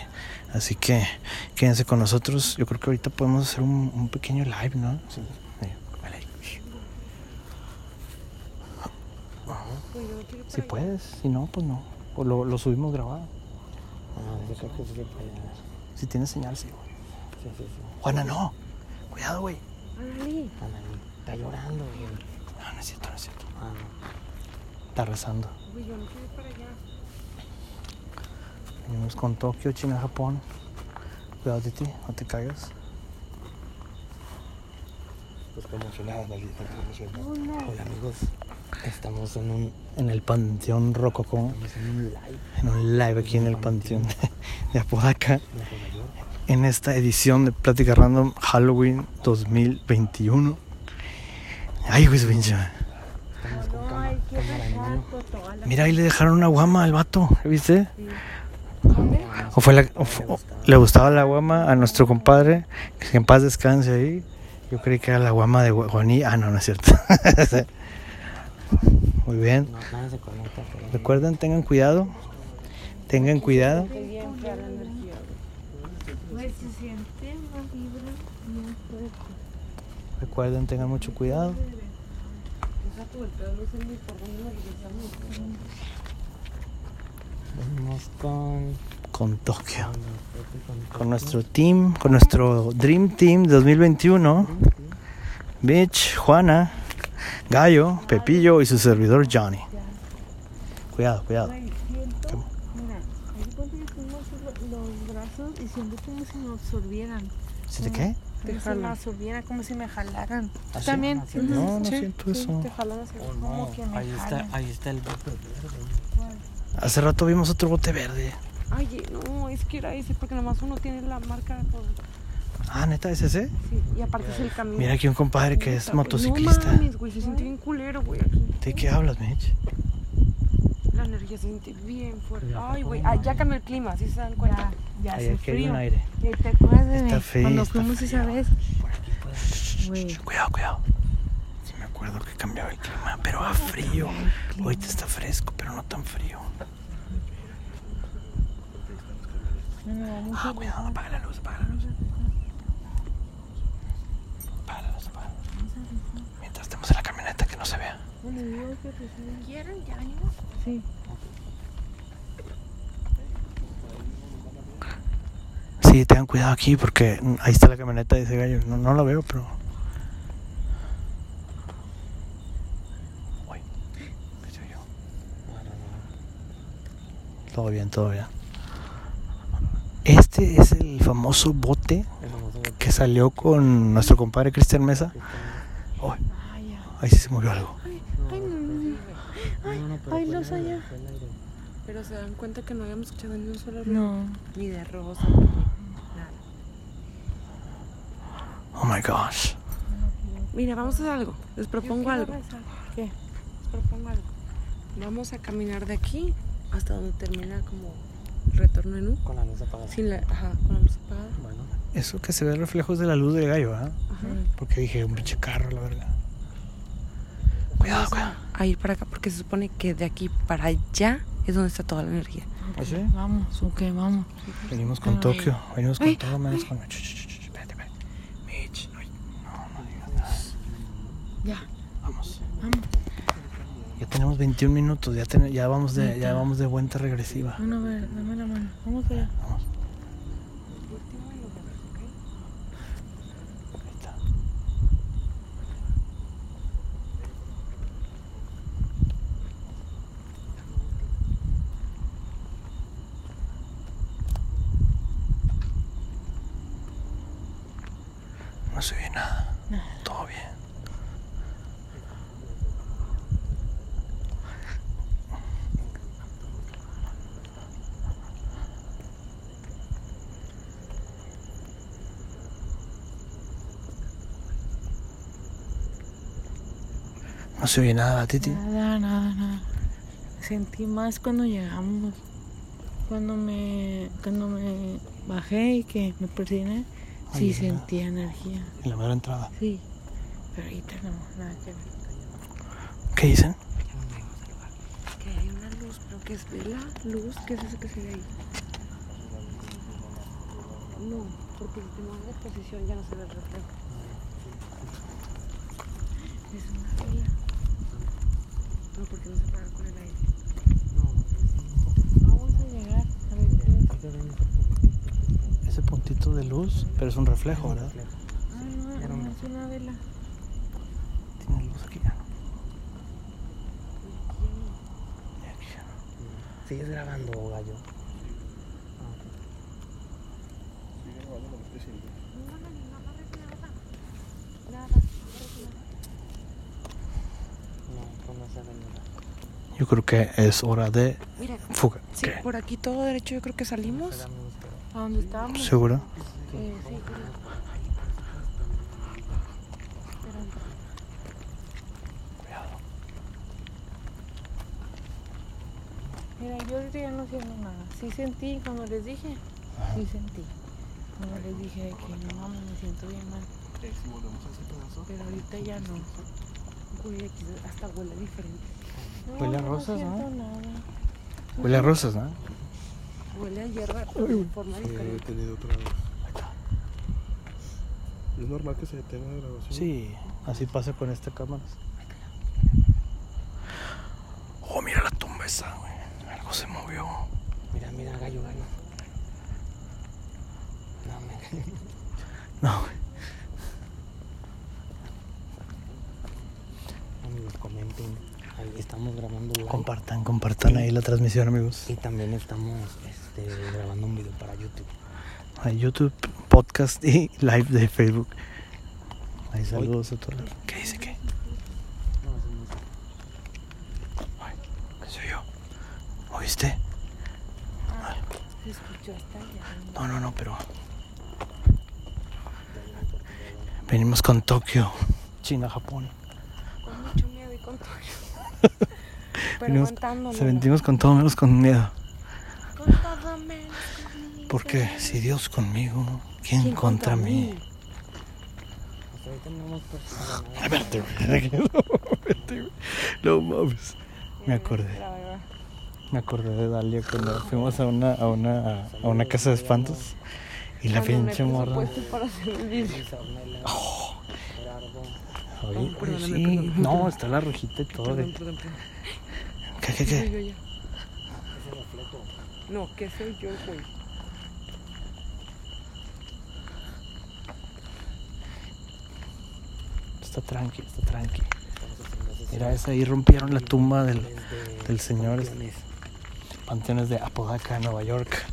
Speaker 1: Así que quédense con nosotros. Yo creo que ahorita podemos hacer un, un pequeño live, ¿no? Sí. vale. Si puedes, si no, pues no. O lo, lo subimos grabado.
Speaker 3: Ah, yo creo que sí que para allá.
Speaker 1: Si tienes señal, sí. güey.
Speaker 3: Sí, sí, sí.
Speaker 1: Juana, no. Cuidado, güey.
Speaker 2: Analí.
Speaker 3: Ándale. Está llorando, güey.
Speaker 1: No, no es cierto, no es cierto.
Speaker 3: Ah, no.
Speaker 1: Está rezando.
Speaker 2: Uy, yo no quiero ir para allá.
Speaker 1: Venimos con Tokio, China, Japón. Cuidado, Titi, no te caigas.
Speaker 7: Pues está emocionada, Analí. Está emocionada.
Speaker 3: Hola, amigos. Estamos en un.
Speaker 1: En el Panteón Rococó,
Speaker 3: Estamos en un live.
Speaker 1: en un live aquí en el Panteón de, de Apodaca,
Speaker 3: en Nueva York.
Speaker 1: en esta edición de Plática Random Halloween 2021. Ay, güey, su pinche madre.
Speaker 3: Estamos con cámara, cámara en mano.
Speaker 1: Mira, ahí le dejaron una guama al vato, ¿viste? O fue la, o fu- o- le gustaba la guama a nuestro compadre, que en paz descanse ahí. Yo creí que era la guama de Gua- Juaní. Ah, no, no es cierto. Muy bien.
Speaker 3: No, nadie se conecta. pero-
Speaker 1: Recuerden, tengan cuidado. Tengan cuidado.
Speaker 4: Pues se siente una vibra muy fuerte.
Speaker 1: Recuerden, tengan mucho cuidado.
Speaker 3: Venimos con.
Speaker 1: Con Tokio.
Speaker 3: con el- con el-
Speaker 1: Con nuestro team, con nuestro Dream Team 2021. Mitch, Juana, Gallo, Pepillo y su servidor Johnny. Cuidado, cuidado.
Speaker 4: Ay, siento. Mira, me di cuenta que tengo así lo- los brazos y siento como si me absorbieran.
Speaker 1: ¿Se te qué?
Speaker 4: Como si me absorbieran, como si me jalaran. ¿Tú
Speaker 1: ¿Así?
Speaker 4: también?
Speaker 3: Así.
Speaker 4: Ujú,
Speaker 1: No, no
Speaker 4: sí,
Speaker 1: siento
Speaker 4: sí,
Speaker 1: eso.
Speaker 4: Te jalan así,
Speaker 3: Oh,
Speaker 4: como
Speaker 3: no.
Speaker 4: que me
Speaker 3: Ahí está,
Speaker 4: jalan.
Speaker 3: ahí está el bote verde.
Speaker 1: Hace rato vimos otro bote verde.
Speaker 2: Ay, no, es que era ese, porque nomás uno tiene la marca de todo.
Speaker 1: Ah, neta, ¿es ese?
Speaker 2: Sí, y aparte es el camino.
Speaker 1: Mira aquí un compadre que es
Speaker 2: No
Speaker 1: motociclista.
Speaker 2: mames, güey, se siente bien culero, güey, aquí.
Speaker 1: ¿De qué hablas, Mitch?
Speaker 2: La
Speaker 5: la energía se siente bien fuerte. Ay, güey, ah, ya cambió el clima, si se dan cuenta.
Speaker 4: Ya, ya
Speaker 1: Ahí
Speaker 4: hace
Speaker 1: aquí hay
Speaker 4: frío.
Speaker 1: un aire.
Speaker 4: ¿Te te acuerdas de
Speaker 1: Está
Speaker 4: mí?
Speaker 1: feo,
Speaker 4: cuando
Speaker 1: está
Speaker 4: fuimos esa vez? Güey,
Speaker 1: Cuidado, cuidado. Sí me acuerdo que cambiaba el clima, pero a frío. Ahorita está fresco, pero no tan frío.
Speaker 4: no me da mucho
Speaker 1: Ah, cuidado, apaga la luz, apaga la luz. Apaga la luz, apaga la luz. Mientras estemos en la camioneta, que no se vea.
Speaker 5: ¿Quieren? ¿Ya venimos?
Speaker 1: Sí, tengan cuidado aquí porque mm, ahí está la camioneta de ese gallo. No, no la veo, pero. Uy, ¿qué se oyó? Todo bien, todo bien. Este es el famoso bote
Speaker 3: El famoso bote.
Speaker 1: que salió con nuestro compadre Cristian Mesa. Uy, ahí sí se movió algo.
Speaker 3: Ay, no, no, pero
Speaker 4: ay,
Speaker 3: fue el
Speaker 4: los
Speaker 3: aire,
Speaker 4: allá.
Speaker 3: fue el aire.
Speaker 5: Pero se dan cuenta que no habíamos escuchado ni un solo ruido.
Speaker 4: No,
Speaker 5: Ni de rosa, ni nada.
Speaker 1: Oh my gosh.
Speaker 5: Mira, vamos a hacer algo. Les propongo algo.
Speaker 4: ¿Qué?
Speaker 5: Les propongo algo. Vamos a caminar de aquí hasta donde termina como el retorno en U.
Speaker 3: Con la luz apagada.
Speaker 5: Sin la, ajá, con la luz apagada.
Speaker 3: Bueno,
Speaker 1: Eso que se ve reflejos de la luz del gallo, ¿ah?
Speaker 5: Ajá.
Speaker 1: Porque dije, un pinche carro, la verdad. Cuidado, cuidado.
Speaker 5: A ir para acá porque se supone que de aquí para allá es donde está toda la energía.
Speaker 1: ¿Así?
Speaker 4: vamos, ok, vamos.
Speaker 1: Venimos con
Speaker 4: Ay.
Speaker 1: Tokio, venimos con
Speaker 4: Ay,
Speaker 1: todo menos con. Ch, ch, ch, ch, espérate, espérate. Mitch, no, no, no digas nada.
Speaker 4: Ya,
Speaker 1: Vamos.
Speaker 4: vamos.
Speaker 1: Ya tenemos 21 minutos, ya, ten- ya, vamos, de, ya vamos de vuelta regresiva.
Speaker 4: Bueno, a ver, dame la mano. Vamos allá.
Speaker 1: Vamos. No se ve nada. Todo bien. No se oye nada, Titi.
Speaker 4: Nada, nada, nada. Sentí más cuando llegamos. Cuando me, cuando me bajé y que me persigné,
Speaker 1: Ay,
Speaker 4: sí
Speaker 1: nada.
Speaker 4: sentía energía.
Speaker 1: En la mera entrada.
Speaker 4: Sí. Pero ahorita no, nada que ver.
Speaker 1: ¿Qué dicen?
Speaker 5: Que hay una luz, pero que es la luz, ¿qué es eso que se ve ahí? No, porque si te mueves de posición ya no se ve el reflejo.
Speaker 4: Es una vela.
Speaker 5: No, porque no se paga con el aire.
Speaker 4: Vamos a llegar. A ver, ¿qué es?
Speaker 3: ahorita ven ese puntito que está
Speaker 1: Ese puntito de luz, pero es un reflejo, ¿verdad?
Speaker 3: reflejo.
Speaker 4: Ah, no,
Speaker 3: era una-
Speaker 4: no, es una vela.
Speaker 1: Tiene luz aquí ya. Y aquí ya.
Speaker 3: Sigues grabando, gallo. No, pues no se ve nada.
Speaker 1: Yo creo que es hora de
Speaker 5: Mira,
Speaker 1: fuga. pues,
Speaker 5: sí,
Speaker 1: ¿Qué?
Speaker 5: por aquí todo derecho yo creo que salimos.
Speaker 3: Espérame, espérame.
Speaker 4: ¿A dónde estábamos?
Speaker 1: ¿Seguro?
Speaker 5: Eh, sí, pero-
Speaker 4: Mira, yo ahorita ya no siento nada. Sí sentí, como les dije, sí sentí. Como les dije de que no mames, me siento bien mal. Pero ahorita ya no.
Speaker 5: Güey, aquí hasta huele diferente.
Speaker 4: No,
Speaker 1: Huele a
Speaker 4: no
Speaker 1: rosas, ¿no?
Speaker 4: siento nada.
Speaker 1: Huele a rosas, ¿no?
Speaker 5: Huele a hierba de forma
Speaker 7: Sí, he
Speaker 5: diferente.
Speaker 7: tenido otra vez. ¿Es normal que se detenga la grabación?
Speaker 1: Sí, así pasa con esta cámara. Oh, mira la tumba esa, güey. Algo se movió.
Speaker 3: Mira, mira, gallo, gallo. No, me
Speaker 1: No, güey.
Speaker 3: Amigos, comenten. Ahí estamos grabando live.
Speaker 1: Compartan, compartan ahí la transmisión, amigos.
Speaker 3: Y también estamos este, grabando un video para YouTube.
Speaker 1: A YouTube, podcast y live de Facebook. Ahí saludos a todos. ¿Qué dice qué?
Speaker 3: No, eso no es-
Speaker 1: Ay, ¿qué soy yo? ¿Oíste?
Speaker 4: Se escuchó hasta allá.
Speaker 1: No, no, no, pero. Venimos con Tokio, China, Japón.
Speaker 5: Con mucho miedo y con todo.
Speaker 4: pero
Speaker 1: Venimos-
Speaker 4: aguantándolo.
Speaker 1: Se vendimos con todo menos con miedo.
Speaker 4: Con todo menos conmigo.
Speaker 1: Porque si Dios conmigo, ¿quién,
Speaker 4: ¿Quién
Speaker 1: contra,
Speaker 4: contra
Speaker 1: mí?
Speaker 4: mí?
Speaker 3: Hasta pues ahorita no hemos percibido nada.
Speaker 1: Espérate, güey, regreso, espérate, güey. No mames. Me acordé.
Speaker 4: La verdad.
Speaker 1: Me acordé de Dalia cuando fuimos a una, a una, a una casa de espantos. Y la
Speaker 4: Cuando no hay
Speaker 1: pinche
Speaker 5: pues,
Speaker 1: morra.
Speaker 4: presupuesto para hacer el video.
Speaker 3: Elisa, una helada, por algo.
Speaker 1: Oye, oye,
Speaker 2: perdóname,
Speaker 1: sí.
Speaker 2: perdón.
Speaker 1: No, está la rojita y todo.
Speaker 2: Perdón,
Speaker 1: güey.
Speaker 2: perdón, perdón.
Speaker 1: ¿Qué,
Speaker 2: Soy
Speaker 1: qué, qué?
Speaker 2: yo ya.
Speaker 3: Ese reflejo.
Speaker 2: No, que soy yo, güey.
Speaker 1: Está tranqui, está tranqui.
Speaker 3: Estamos haciendo eso
Speaker 1: Mira esa, ahí rompieron la tumba del,
Speaker 3: desde
Speaker 1: del señor este.
Speaker 3: Campeones.
Speaker 1: Panteones de Apodaca, Nueva York.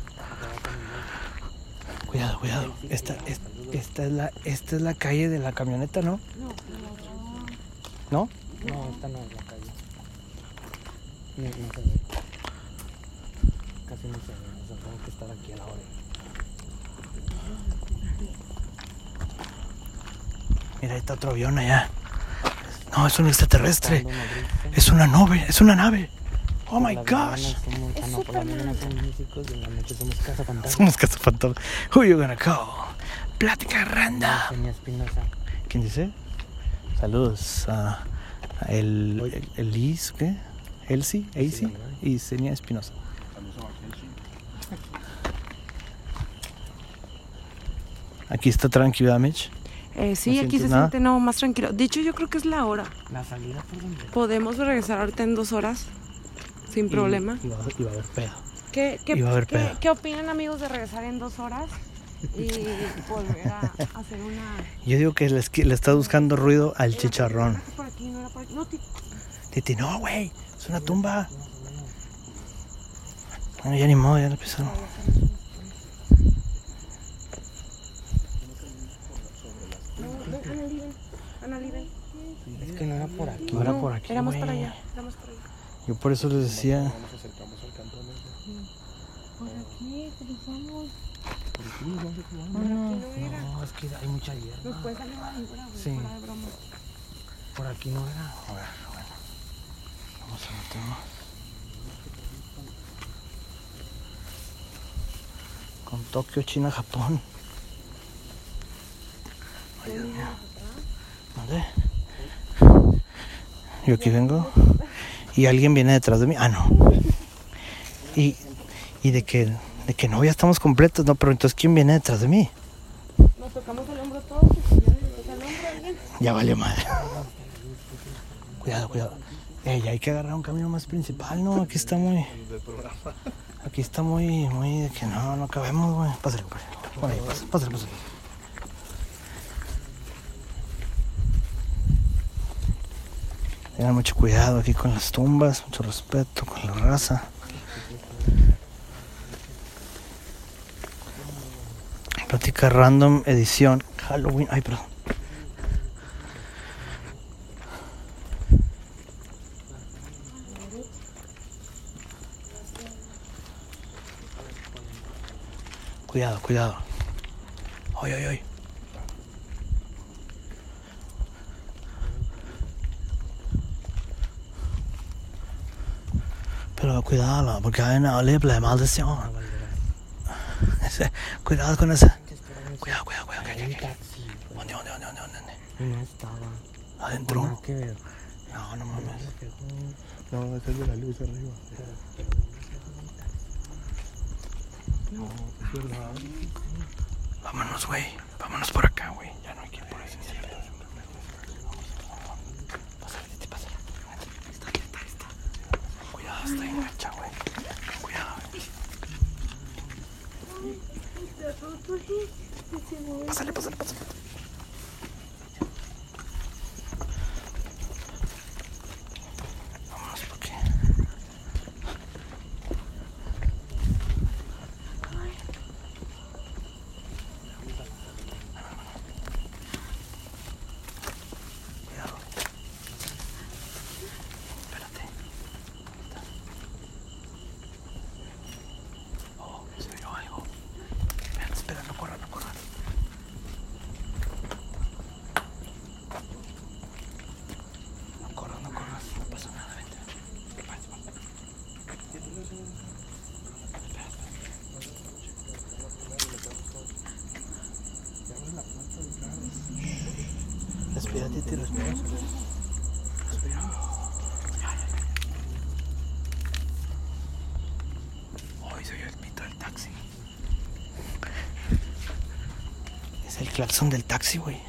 Speaker 1: Cuidado, cuidado. Esta, es- esta, es, la, esta es la calle de la camioneta, ¿no? ¿No?
Speaker 3: No, esta no es la calle. No, no se ve. Casi no se ve. O sea, tengo que estar aquí a la hora.
Speaker 1: Mira, ahí está otro avión allá. No, es un extraterrestre.
Speaker 3: Dando Madrid,
Speaker 1: Es una nave, es una nave. Oh my
Speaker 3: Por la
Speaker 1: gosh.
Speaker 3: mañana somos- ah, no, por la mañana somos músicos y en la noche somos cazafantasmas.
Speaker 1: Somos cazafantasmas. Who you gonna call? Plática randa.
Speaker 3: Sonia Espinosa.
Speaker 1: ¿Quién dice? Saludos a a el, el, el Is, ¿qué? Elsie, Elsie y Senia Espinosa. Aquí está tranqui, ¿verdad, Mitch?
Speaker 2: Eh,
Speaker 1: ¿No
Speaker 2: sí, aquí
Speaker 1: sientes
Speaker 2: se
Speaker 1: nada?
Speaker 2: siente no, más tranquilo. De hecho, yo creo que es la hora.
Speaker 3: La salida por donde.
Speaker 2: Podemos regresar ahorita en dos horas. Sin problema.
Speaker 1: Y, y va, y va a haber pedo.
Speaker 4: ¿Qué, qué,
Speaker 1: Iba a haber
Speaker 4: qué,
Speaker 1: pedo.
Speaker 4: qué opinan amigos de regresar en dos horas y volver a hacer una...
Speaker 1: Yo digo que le, esqui- le está buscando ruido al chicharrón.
Speaker 4: Ah, Por aquí, no era por aquí. No, ti-
Speaker 1: Titi, no, güey, es una tumba. Bueno, ya ni modo, ya la empezaron.
Speaker 4: Ana, Liben.
Speaker 3: Es que no era por aquí.
Speaker 1: No era por aquí.
Speaker 4: Éramos
Speaker 1: güey.
Speaker 4: para allá, éramos para allá.
Speaker 1: Yo por eso les decía.
Speaker 7: Nos acercamos al cantón ese.
Speaker 4: Por aquí, cruzamos.
Speaker 3: Por aquí, no sé cómo.
Speaker 1: No, es que hay mucha hierba.
Speaker 4: Nos puede salir una víbora, güey,
Speaker 1: Sí.
Speaker 4: fuera de broma.
Speaker 3: Por aquí no era.
Speaker 1: A ver, bueno. Vamos a meternos. Con Tokio, China, Japón. Ay, Dios mío. ¿Dónde? Yo aquí vengo. Y alguien viene detrás de mí. Ah, no. Y, y de que de que no, ya estamos completos, no, pero entonces ¿quién viene detrás de mí?
Speaker 4: Nos tocamos el hombro todos, y si ya nos toca el hombro alguien.
Speaker 1: Ya valió madre. Cuidado, cuidado. Ey, hay que agarrar un camino más principal, ¿no? Aquí está muy. Aquí está muy, muy de que no, no cabemos, güey. Pásale, compadre. Por ahí, pásale, pásale, pásale. Tengan mucho cuidado aquí con las tumbas, mucho respeto con la raza. Plática random edición Halloween. Ay, perdón. Cuidado, cuidado. Ay, ay, ay. Pero cuidado, porque hay una horrible maldición. Ese- cuidado con esa. Cuidado, cuidado, cuidado. que- que-
Speaker 3: Un
Speaker 1: que-
Speaker 3: taxi.
Speaker 1: ¿Dónde, dónde, dónde, dónde, dónde?
Speaker 3: Y no estaba.
Speaker 1: ¿Adentro?
Speaker 3: Nada que ver.
Speaker 1: No, no mames.
Speaker 7: No, ese es de la luz arriba.
Speaker 1: Vámonos, güey. Vámonos por acá, güey. Ya no hay que ir por ahí. sí, cierto. Pásale, Titi, pásale. Está aquí, está, está. Cuidado, está engancha, güey. Cuidado. Pásale, pásale, pásale. Vámonos por aquí. Cuidado. Espérate. Oh, se oyó algo. Espera, espera, no corran, no corran. Titi, respira. Respira. Hoy soy el pito del taxi. Es el claxon del taxi, güey.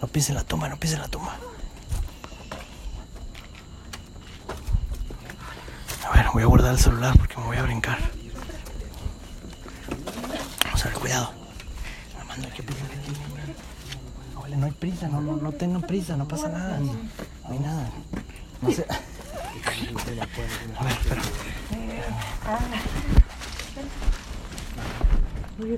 Speaker 1: No pienses en la toma, no pienses en la toma. A ver, voy a guardar el celular porque me voy a brincar. Vamos a ver, cuidado. Armando, hay que pisar aquí. Abuela, no hay prisa, no, no, no tengan prisa, no pasa nada. No, no hay nada. No sé. A ver, espera.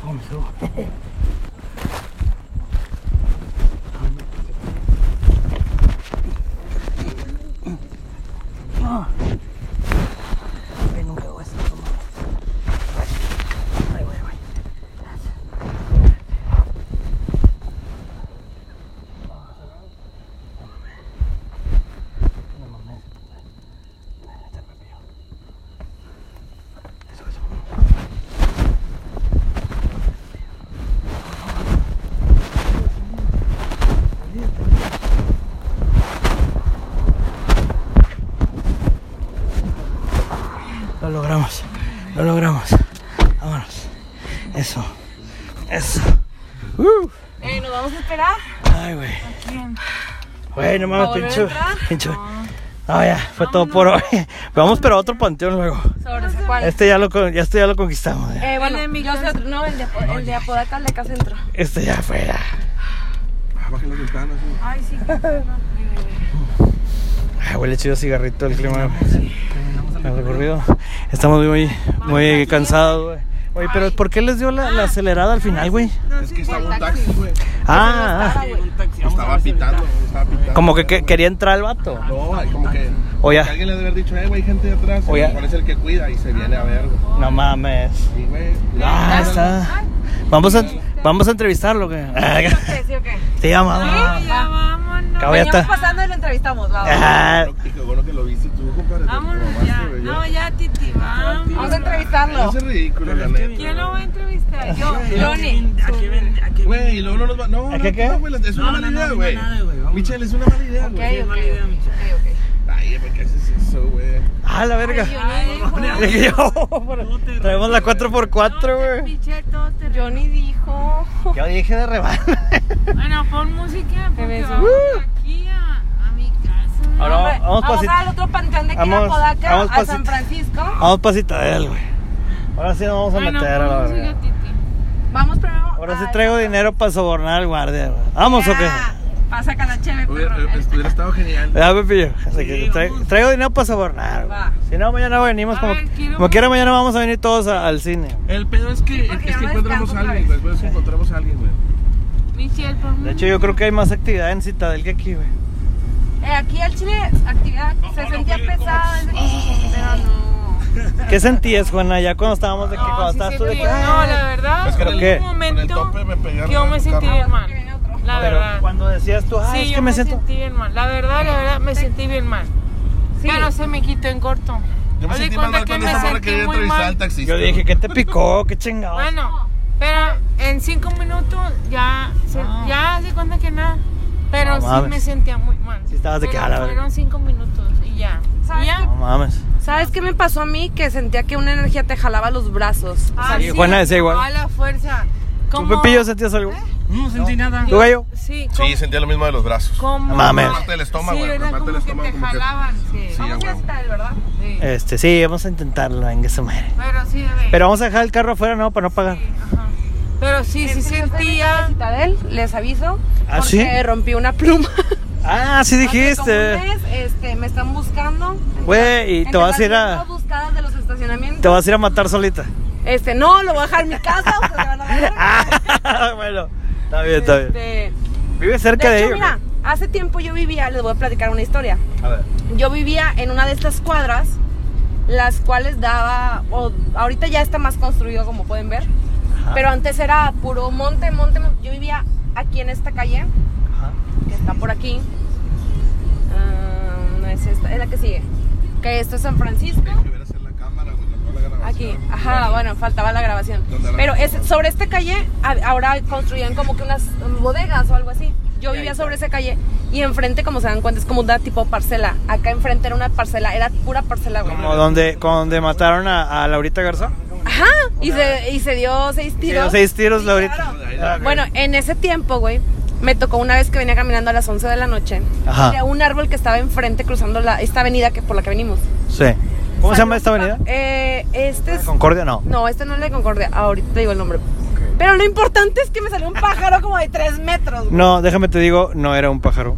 Speaker 1: ¿Cómo me subo? Ah. Ay, nunca hago esto, no mames. Ay, güey, güey. No mames. Está pepillo. Eso, eso. Lo logramos. Lo logramos. Vámonos. Eso. Eso. Uh.
Speaker 5: Eh, ¿nos vamos a esperar?
Speaker 1: Ay, güey. Güey, no mames,
Speaker 5: volver a
Speaker 1: pincho.
Speaker 5: entrar?
Speaker 1: Pincho. No, ya, fue todo por hoy. Vamos pero a otro panteón luego.
Speaker 5: Sobre ese cuál.
Speaker 1: Este ya lo, con- ya, este ya lo conquistamos. ya.
Speaker 5: Eh, bueno, el de Centro, no, el de, Apo- el de Apodaca, el de acá centro.
Speaker 1: Este ya fue. ya.
Speaker 7: Bajen las ventanas, sí.
Speaker 5: Ay, sí, qué
Speaker 1: Ay, Ah, huele chido cigarrito el clima. El recorrido. Estamos muy, muy cansados, güey. Oye, pero ¿por qué les dio la, la acelerada al final, güey?
Speaker 7: Es que estaba un taxi, güey.
Speaker 1: Ah, ah,
Speaker 7: Estaba pitando, estaba pitando.
Speaker 1: como que, que quería entrar el vato.
Speaker 7: No, ay, como que.
Speaker 1: O ya.
Speaker 7: que Alguien le debe haber dicho, eh, güey, hay gente de atrás.
Speaker 1: O
Speaker 7: O
Speaker 1: ya.
Speaker 7: ya. ¿Cuál es el que cuida? Y se viene a ver, güey.
Speaker 1: No mames.
Speaker 7: Sí, güey.
Speaker 1: Ah, está. Vamos a, vamos a entrevistarlo, güey.
Speaker 5: ¿Sí o qué?
Speaker 1: Te llama.
Speaker 5: Ya, vámonos.
Speaker 1: Cabo, ya
Speaker 5: Veníamos
Speaker 1: está.
Speaker 5: pasando y lo entrevistamos, va.
Speaker 1: Ah,
Speaker 7: Y qué bueno que lo viste tú, compadre. Vámonos ya. No, ya.
Speaker 5: Vamos a entrevistarlo.
Speaker 7: Eso es ridículo, la neta.
Speaker 5: Yo lo voy a entrevistar. Yo, Johnny.
Speaker 7: Güey, y luego no nos va. No,
Speaker 1: ¿A
Speaker 7: no,
Speaker 1: qué, qué?
Speaker 7: no, güey, es una mala idea, güey. Michelle, es una mala idea,
Speaker 5: Ok,
Speaker 7: güey.
Speaker 5: ok, ok, ok.
Speaker 7: Ay, ¿por qué haces eso, güey?
Speaker 1: a ah, la verga.
Speaker 5: Johnny dijo,
Speaker 1: Dije yo, Traemos la 4x4, güey.
Speaker 5: Johnny dijo.
Speaker 1: Yo dije de rebaño.
Speaker 4: Bueno, pon música porque
Speaker 5: beso.
Speaker 4: vamos aquí a, a mi casa.
Speaker 1: Ahora
Speaker 5: Hombre,
Speaker 1: vamos
Speaker 5: vamos
Speaker 1: pasi-
Speaker 5: al otro panteón de aquí de
Speaker 1: vamos-
Speaker 5: Apodaca,
Speaker 1: vamos
Speaker 5: a
Speaker 1: pasi-
Speaker 5: San Francisco.
Speaker 1: Vamos pasita de él, güey. Ahora sí nos vamos a
Speaker 4: Bueno,
Speaker 1: meter a la
Speaker 4: pon
Speaker 1: verga.
Speaker 4: música, Titi.
Speaker 5: Vamos primero.
Speaker 1: Ahora sí
Speaker 5: al-
Speaker 4: Ah,
Speaker 1: traigo dinero para sobornar al guardia, güey. Vamos o qué?
Speaker 5: Ah, Pasa con la cheve,
Speaker 7: Hubiera
Speaker 5: perro. Este
Speaker 7: hubiera estado genial.
Speaker 1: Ya, Pepillo. Así que tra- traigo dinero para sobornar, güey.
Speaker 5: Va.
Speaker 1: Si no, mañana venimos
Speaker 4: A
Speaker 1: como,
Speaker 4: ver, quiero-
Speaker 1: como quiera, mañana vamos a venir todos a- al cine.
Speaker 7: El pedo es que,
Speaker 5: porque
Speaker 7: es que
Speaker 5: no
Speaker 7: encontramos
Speaker 5: descanso
Speaker 7: a
Speaker 5: otra vez.
Speaker 7: alguien, güey. El pedo es que encontramos a alguien, güey.
Speaker 4: Michelle, pon música.
Speaker 1: De hecho, yo creo que hay más actividad en Citadel que aquí, güey.
Speaker 5: Eh, aquí al Chile, actividad se sentía pesado, ese- pero no.
Speaker 1: ¿Qué sentías, Juana, ya cuando estábamos de que cuando
Speaker 4: No, sí
Speaker 1: estabas tú
Speaker 4: siento
Speaker 1: de
Speaker 4: que-
Speaker 1: que,
Speaker 4: no, la
Speaker 1: "Ah"?
Speaker 4: verdad,
Speaker 7: Es que
Speaker 1: ¿Por
Speaker 4: hubo
Speaker 1: qué?
Speaker 4: un
Speaker 7: Con el
Speaker 4: momento
Speaker 7: tope me pegaron.
Speaker 4: que yo me sentí bien mal.
Speaker 5: Viene otro.
Speaker 4: La
Speaker 1: Pero
Speaker 4: verdad.
Speaker 1: cuando decías tú, ah,
Speaker 4: sí,
Speaker 1: es
Speaker 4: yo
Speaker 1: que me siento.
Speaker 4: sentí bien mal. La verdad, la verdad, me sentí bien mal. Pero se me quitó en corto.
Speaker 7: Yo me
Speaker 4: Haz de
Speaker 7: sentí mal
Speaker 4: cuenta que
Speaker 7: cuando
Speaker 4: me
Speaker 7: esa morra
Speaker 4: sentí
Speaker 7: quería
Speaker 4: muy
Speaker 7: entrevistar
Speaker 4: mal.
Speaker 7: al taxista.
Speaker 1: Yo dije, ¿qué te picó? ¿Qué chingado?
Speaker 4: Bueno, pero en cinco minutos ya se, ya se cuenta que nada. Pero
Speaker 1: Ah. No
Speaker 4: sí
Speaker 1: mames.
Speaker 4: me sentía muy mal.
Speaker 1: Sí estabas de
Speaker 4: Pero
Speaker 1: que, a la verga.
Speaker 4: Fueron cinco minutos y ya.
Speaker 5: ¿Sabes
Speaker 4: Y ya.
Speaker 1: No mames.
Speaker 5: ¿Sabes qué me pasó a mí? Que sentía que una energía te jalaba los brazos.
Speaker 4: Ah,
Speaker 1: Sí, Juana decía igual.
Speaker 4: A la fuerza.
Speaker 1: ¿Tú,
Speaker 4: Como-
Speaker 1: Pepillo, sentías algo?
Speaker 8: No sentí nada.
Speaker 1: ¿Tú, gallo?
Speaker 4: Sí, como,
Speaker 7: Sí, sentía lo mismo de los brazos.
Speaker 4: como-
Speaker 1: No mames. La
Speaker 7: parte del
Speaker 4: Sí,
Speaker 7: estómago, güey, la
Speaker 4: ¿verdad?
Speaker 7: parte
Speaker 4: como
Speaker 7: del
Speaker 4: que
Speaker 7: estómago,
Speaker 4: te
Speaker 7: como que-
Speaker 4: jalaban, sí.
Speaker 7: Sí,
Speaker 5: Vamos
Speaker 7: a
Speaker 5: a ir a
Speaker 7: huevo.
Speaker 5: Ciudad, ¿verdad?
Speaker 4: Sí.
Speaker 1: Este, sí, vamos a intentarlo, venga, se madre.
Speaker 4: Pero sí, bebé.
Speaker 1: Pero vamos a dejar el carro afuera, ¿no? Para no pagar.
Speaker 4: Ajá. Pero sí, sí
Speaker 5: Yo estoy en la
Speaker 4: sentía.
Speaker 5: Citadel, les aviso.
Speaker 1: ¿Ah,
Speaker 5: porque
Speaker 1: sí?
Speaker 5: rompí una pluma.
Speaker 1: Ah, sí
Speaker 5: Hace
Speaker 1: dijiste.
Speaker 5: como un mes, este, me están buscando.
Speaker 1: Güey, y te
Speaker 5: Entre
Speaker 1: vas a
Speaker 5: las
Speaker 1: ir a.
Speaker 5: mismas buscadas de los estacionamientos.
Speaker 1: Te vas a ir a matar solita.
Speaker 5: Este, no, lo voy a dejar en mi casa. ustedes se van a ver.
Speaker 1: Ah, bueno, está bien, está bien.
Speaker 5: Este,
Speaker 1: Vive cerca
Speaker 5: de
Speaker 1: de
Speaker 5: hecho,
Speaker 1: ellos.
Speaker 5: mira, hace tiempo yo vivía, les voy a platicar una historia.
Speaker 1: A ver.
Speaker 5: yo vivía en una de estas cuadras, las cuales daba, o- ahorita ya está más construido como pueden ver, pero antes era puro monte, monte, monte. yo vivía aquí en esta calle, que está por aquí, Ah, no es esta, es la que sigue, que esto es San Francisco. Aquí, ajá, bueno, faltaba la grabación.
Speaker 7: ¿Dónde la
Speaker 5: Pero es-
Speaker 7: grabaron?
Speaker 5: sobre esta calle a- ahora construían como que unas bodegas o algo así. Yo vivía sobre esa calle y enfrente, como se dan cuenta, es como una tipo parcela. Acá enfrente era una parcela, era pura parcela, güey.
Speaker 1: Como donde, como donde mataron a, a Laurita Garzón.
Speaker 5: Ajá, y se, y se dio seis
Speaker 1: Se
Speaker 5: tiros.
Speaker 1: dio seis tiros,
Speaker 5: Sí,
Speaker 1: Laurita.
Speaker 5: claro.
Speaker 1: Ah, ok.
Speaker 5: Bueno, en ese tiempo, güey, me tocó una vez que venía caminando a las 11 de la noche.
Speaker 1: Ajá.
Speaker 5: De un árbol que estaba enfrente cruzando la, esta avenida que, por la que venimos.
Speaker 1: Sí. ¿Cómo se llama esta
Speaker 5: Salió un
Speaker 1: avenida?
Speaker 5: pa- Eh, este es
Speaker 1: Concordia, no.
Speaker 5: No, este no es la de Concordia. Ahorita te digo el nombre. Pero lo importante es que me salió un pájaro como de 3 metros. güey.
Speaker 1: No, déjame te digo, no era un pájaro.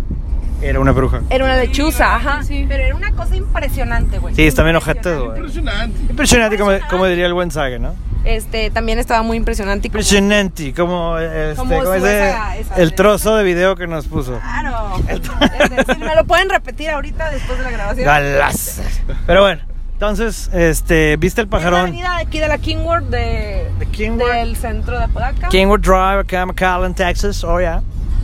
Speaker 1: Era una bruja.
Speaker 5: Era una lechuza, ajá. Pero era una cosa impresionante, güey.
Speaker 1: Sí, está bien ojete, güey.
Speaker 7: Impresionante.
Speaker 1: Impresionante, como, como diría el buen Saga, ¿no?
Speaker 5: Este, también estaba muy impresionante. y como-
Speaker 1: Impresionante, como, este,
Speaker 5: Como
Speaker 1: como
Speaker 5: su-
Speaker 1: ese-
Speaker 5: esa- esa-
Speaker 1: el trozo de video que nos puso.
Speaker 5: Claro. Es decir, me lo pueden repetir ahorita después de la grabación.
Speaker 1: Galas. Pero bueno, entonces, este, ¿viste el
Speaker 5: Es la
Speaker 1: pajarón?
Speaker 5: avenida de aquí de la Kingworth de,
Speaker 1: De Kingwood.
Speaker 5: del centro de Apodaca.
Speaker 1: Kingwood Drive, acá en McAllen, Texas. Oh, ya.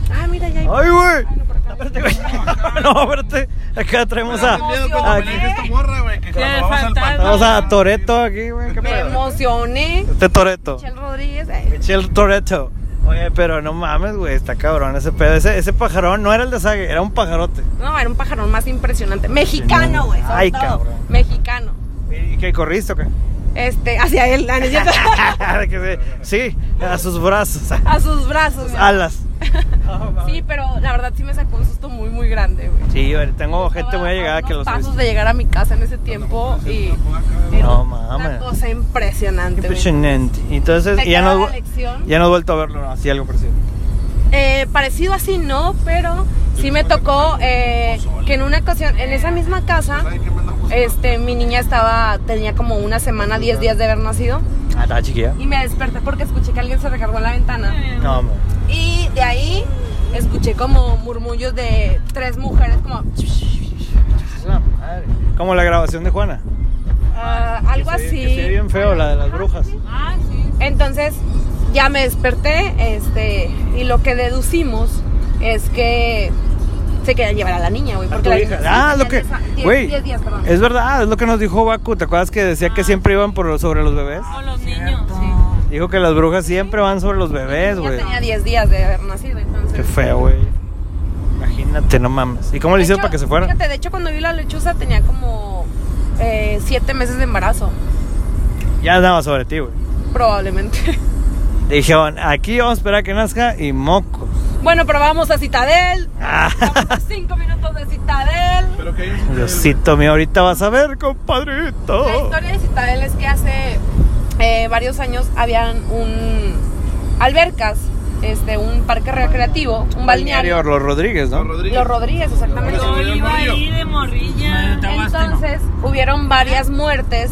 Speaker 5: Ah, mira, ya hay.
Speaker 1: ¡Ay, güey!
Speaker 5: Ah,
Speaker 1: Espérate, güey. No, espérate. Acá traemos a.
Speaker 5: Emocioné.
Speaker 1: a-
Speaker 7: morra, güey, que cuando vamos al
Speaker 9: faltaba.
Speaker 1: Traemos a Toreto aquí, güey. ¿Qué
Speaker 5: Me
Speaker 1: pedo?
Speaker 5: emocioné.
Speaker 1: Este Toreto.
Speaker 5: Michelle Rodríguez. eh.
Speaker 1: Michel Toreto. Oye, pero no mames, güey. Está cabrón ese pedo. Ese, ese pajarón no era el de Sague, era un pajarote.
Speaker 5: No, era un pajarón más impresionante. Mexicano, güey. sobre
Speaker 1: Ay,
Speaker 5: todo.
Speaker 1: cabrón.
Speaker 5: Mexicano.
Speaker 1: ¿Y qué corriste o qué?
Speaker 5: Este, hacia él, ah, no es cierto.
Speaker 1: De que sí, sí, a sus brazos, a
Speaker 5: a sus brazos.
Speaker 1: sus alas.
Speaker 5: Sí, pero la verdad sí me sacó un susto muy, muy grande, güey.
Speaker 1: Sí, güey, tengo gente muy allegada
Speaker 5: Unos
Speaker 1: que los ha
Speaker 5: pasos
Speaker 1: visto.
Speaker 5: de llegar a mi casa en ese tiempo y era
Speaker 1: No
Speaker 5: una
Speaker 1: mames.
Speaker 5: cosa impresionante. güey.
Speaker 1: Impresionante. Entonces,
Speaker 5: Te
Speaker 1: ya
Speaker 5: queda
Speaker 1: no,
Speaker 5: la lección.
Speaker 1: ya no he vuelto a verlo, no, así algo parecido.
Speaker 5: Eh, parecido así no, pero sí me tocó eh, que en una ocasión, en esa misma casa, este, mi niña estaba, tenía como una semana, 10 días de haber nacido
Speaker 1: Ah, estaba chiquilla.
Speaker 5: y me desperté porque escuché que alguien se recargó en la ventana
Speaker 1: No, hombre.
Speaker 5: y de ahí escuché como murmullos de tres mujeres como...
Speaker 1: Como la grabación de Juana.
Speaker 5: Ah, algo
Speaker 1: Que se-
Speaker 5: así.
Speaker 1: que se ve bien feo, la de las brujas.
Speaker 9: Ah, sí.
Speaker 5: Entonces, ya me desperté, este, y lo que deducimos es que se quería llevar a la niña, güey.
Speaker 1: A
Speaker 5: porque
Speaker 1: tu
Speaker 5: la
Speaker 1: hija.
Speaker 5: niña-
Speaker 1: Ah,
Speaker 5: sí,
Speaker 1: lo
Speaker 5: tenía
Speaker 1: que.
Speaker 5: diez- diez-
Speaker 1: Güey.
Speaker 5: diez días, perdón.
Speaker 1: Es verdad, es lo que nos dijo Baku. ¿Te acuerdas que decía
Speaker 5: Ah.
Speaker 1: que siempre iban por, sobre los bebés?
Speaker 9: O los niños, sí.
Speaker 1: Dijo que las brujas siempre van sobre los bebés,
Speaker 5: Ya
Speaker 1: güey.
Speaker 5: tenía 10 días de haber nacido, entonces.
Speaker 1: Qué feo, güey. Imagínate, no mames. ¿Y cómo
Speaker 5: De
Speaker 1: le hicieron
Speaker 5: hecho,
Speaker 1: para que se fueran?
Speaker 5: Fíjate, de hecho, cuando vi la lechuza tenía como 7 meses de embarazo,
Speaker 1: Ya andaba sobre ti, güey.
Speaker 5: probablemente.
Speaker 1: Dijeron, aquí vamos a esperar a que nazca y moco.
Speaker 5: bueno, pero vamos a Citadel.
Speaker 1: Ah,
Speaker 5: Vamos a 5 minutos de Citadel.
Speaker 7: Pero que hay un-
Speaker 1: Diosito mío, ahorita vas a ver, compadrito.
Speaker 5: La historia de Citadel es que hace eh, varios años habían un albercas, este, un parque recreativo, un balneario.
Speaker 1: Los Rodríguez,
Speaker 7: Don
Speaker 1: ¿no?
Speaker 7: Rodríguez.
Speaker 5: Los Rodríguez, exactamente.
Speaker 9: Yo iba ahí de morrilla.
Speaker 5: Entonces hubieron varias muertes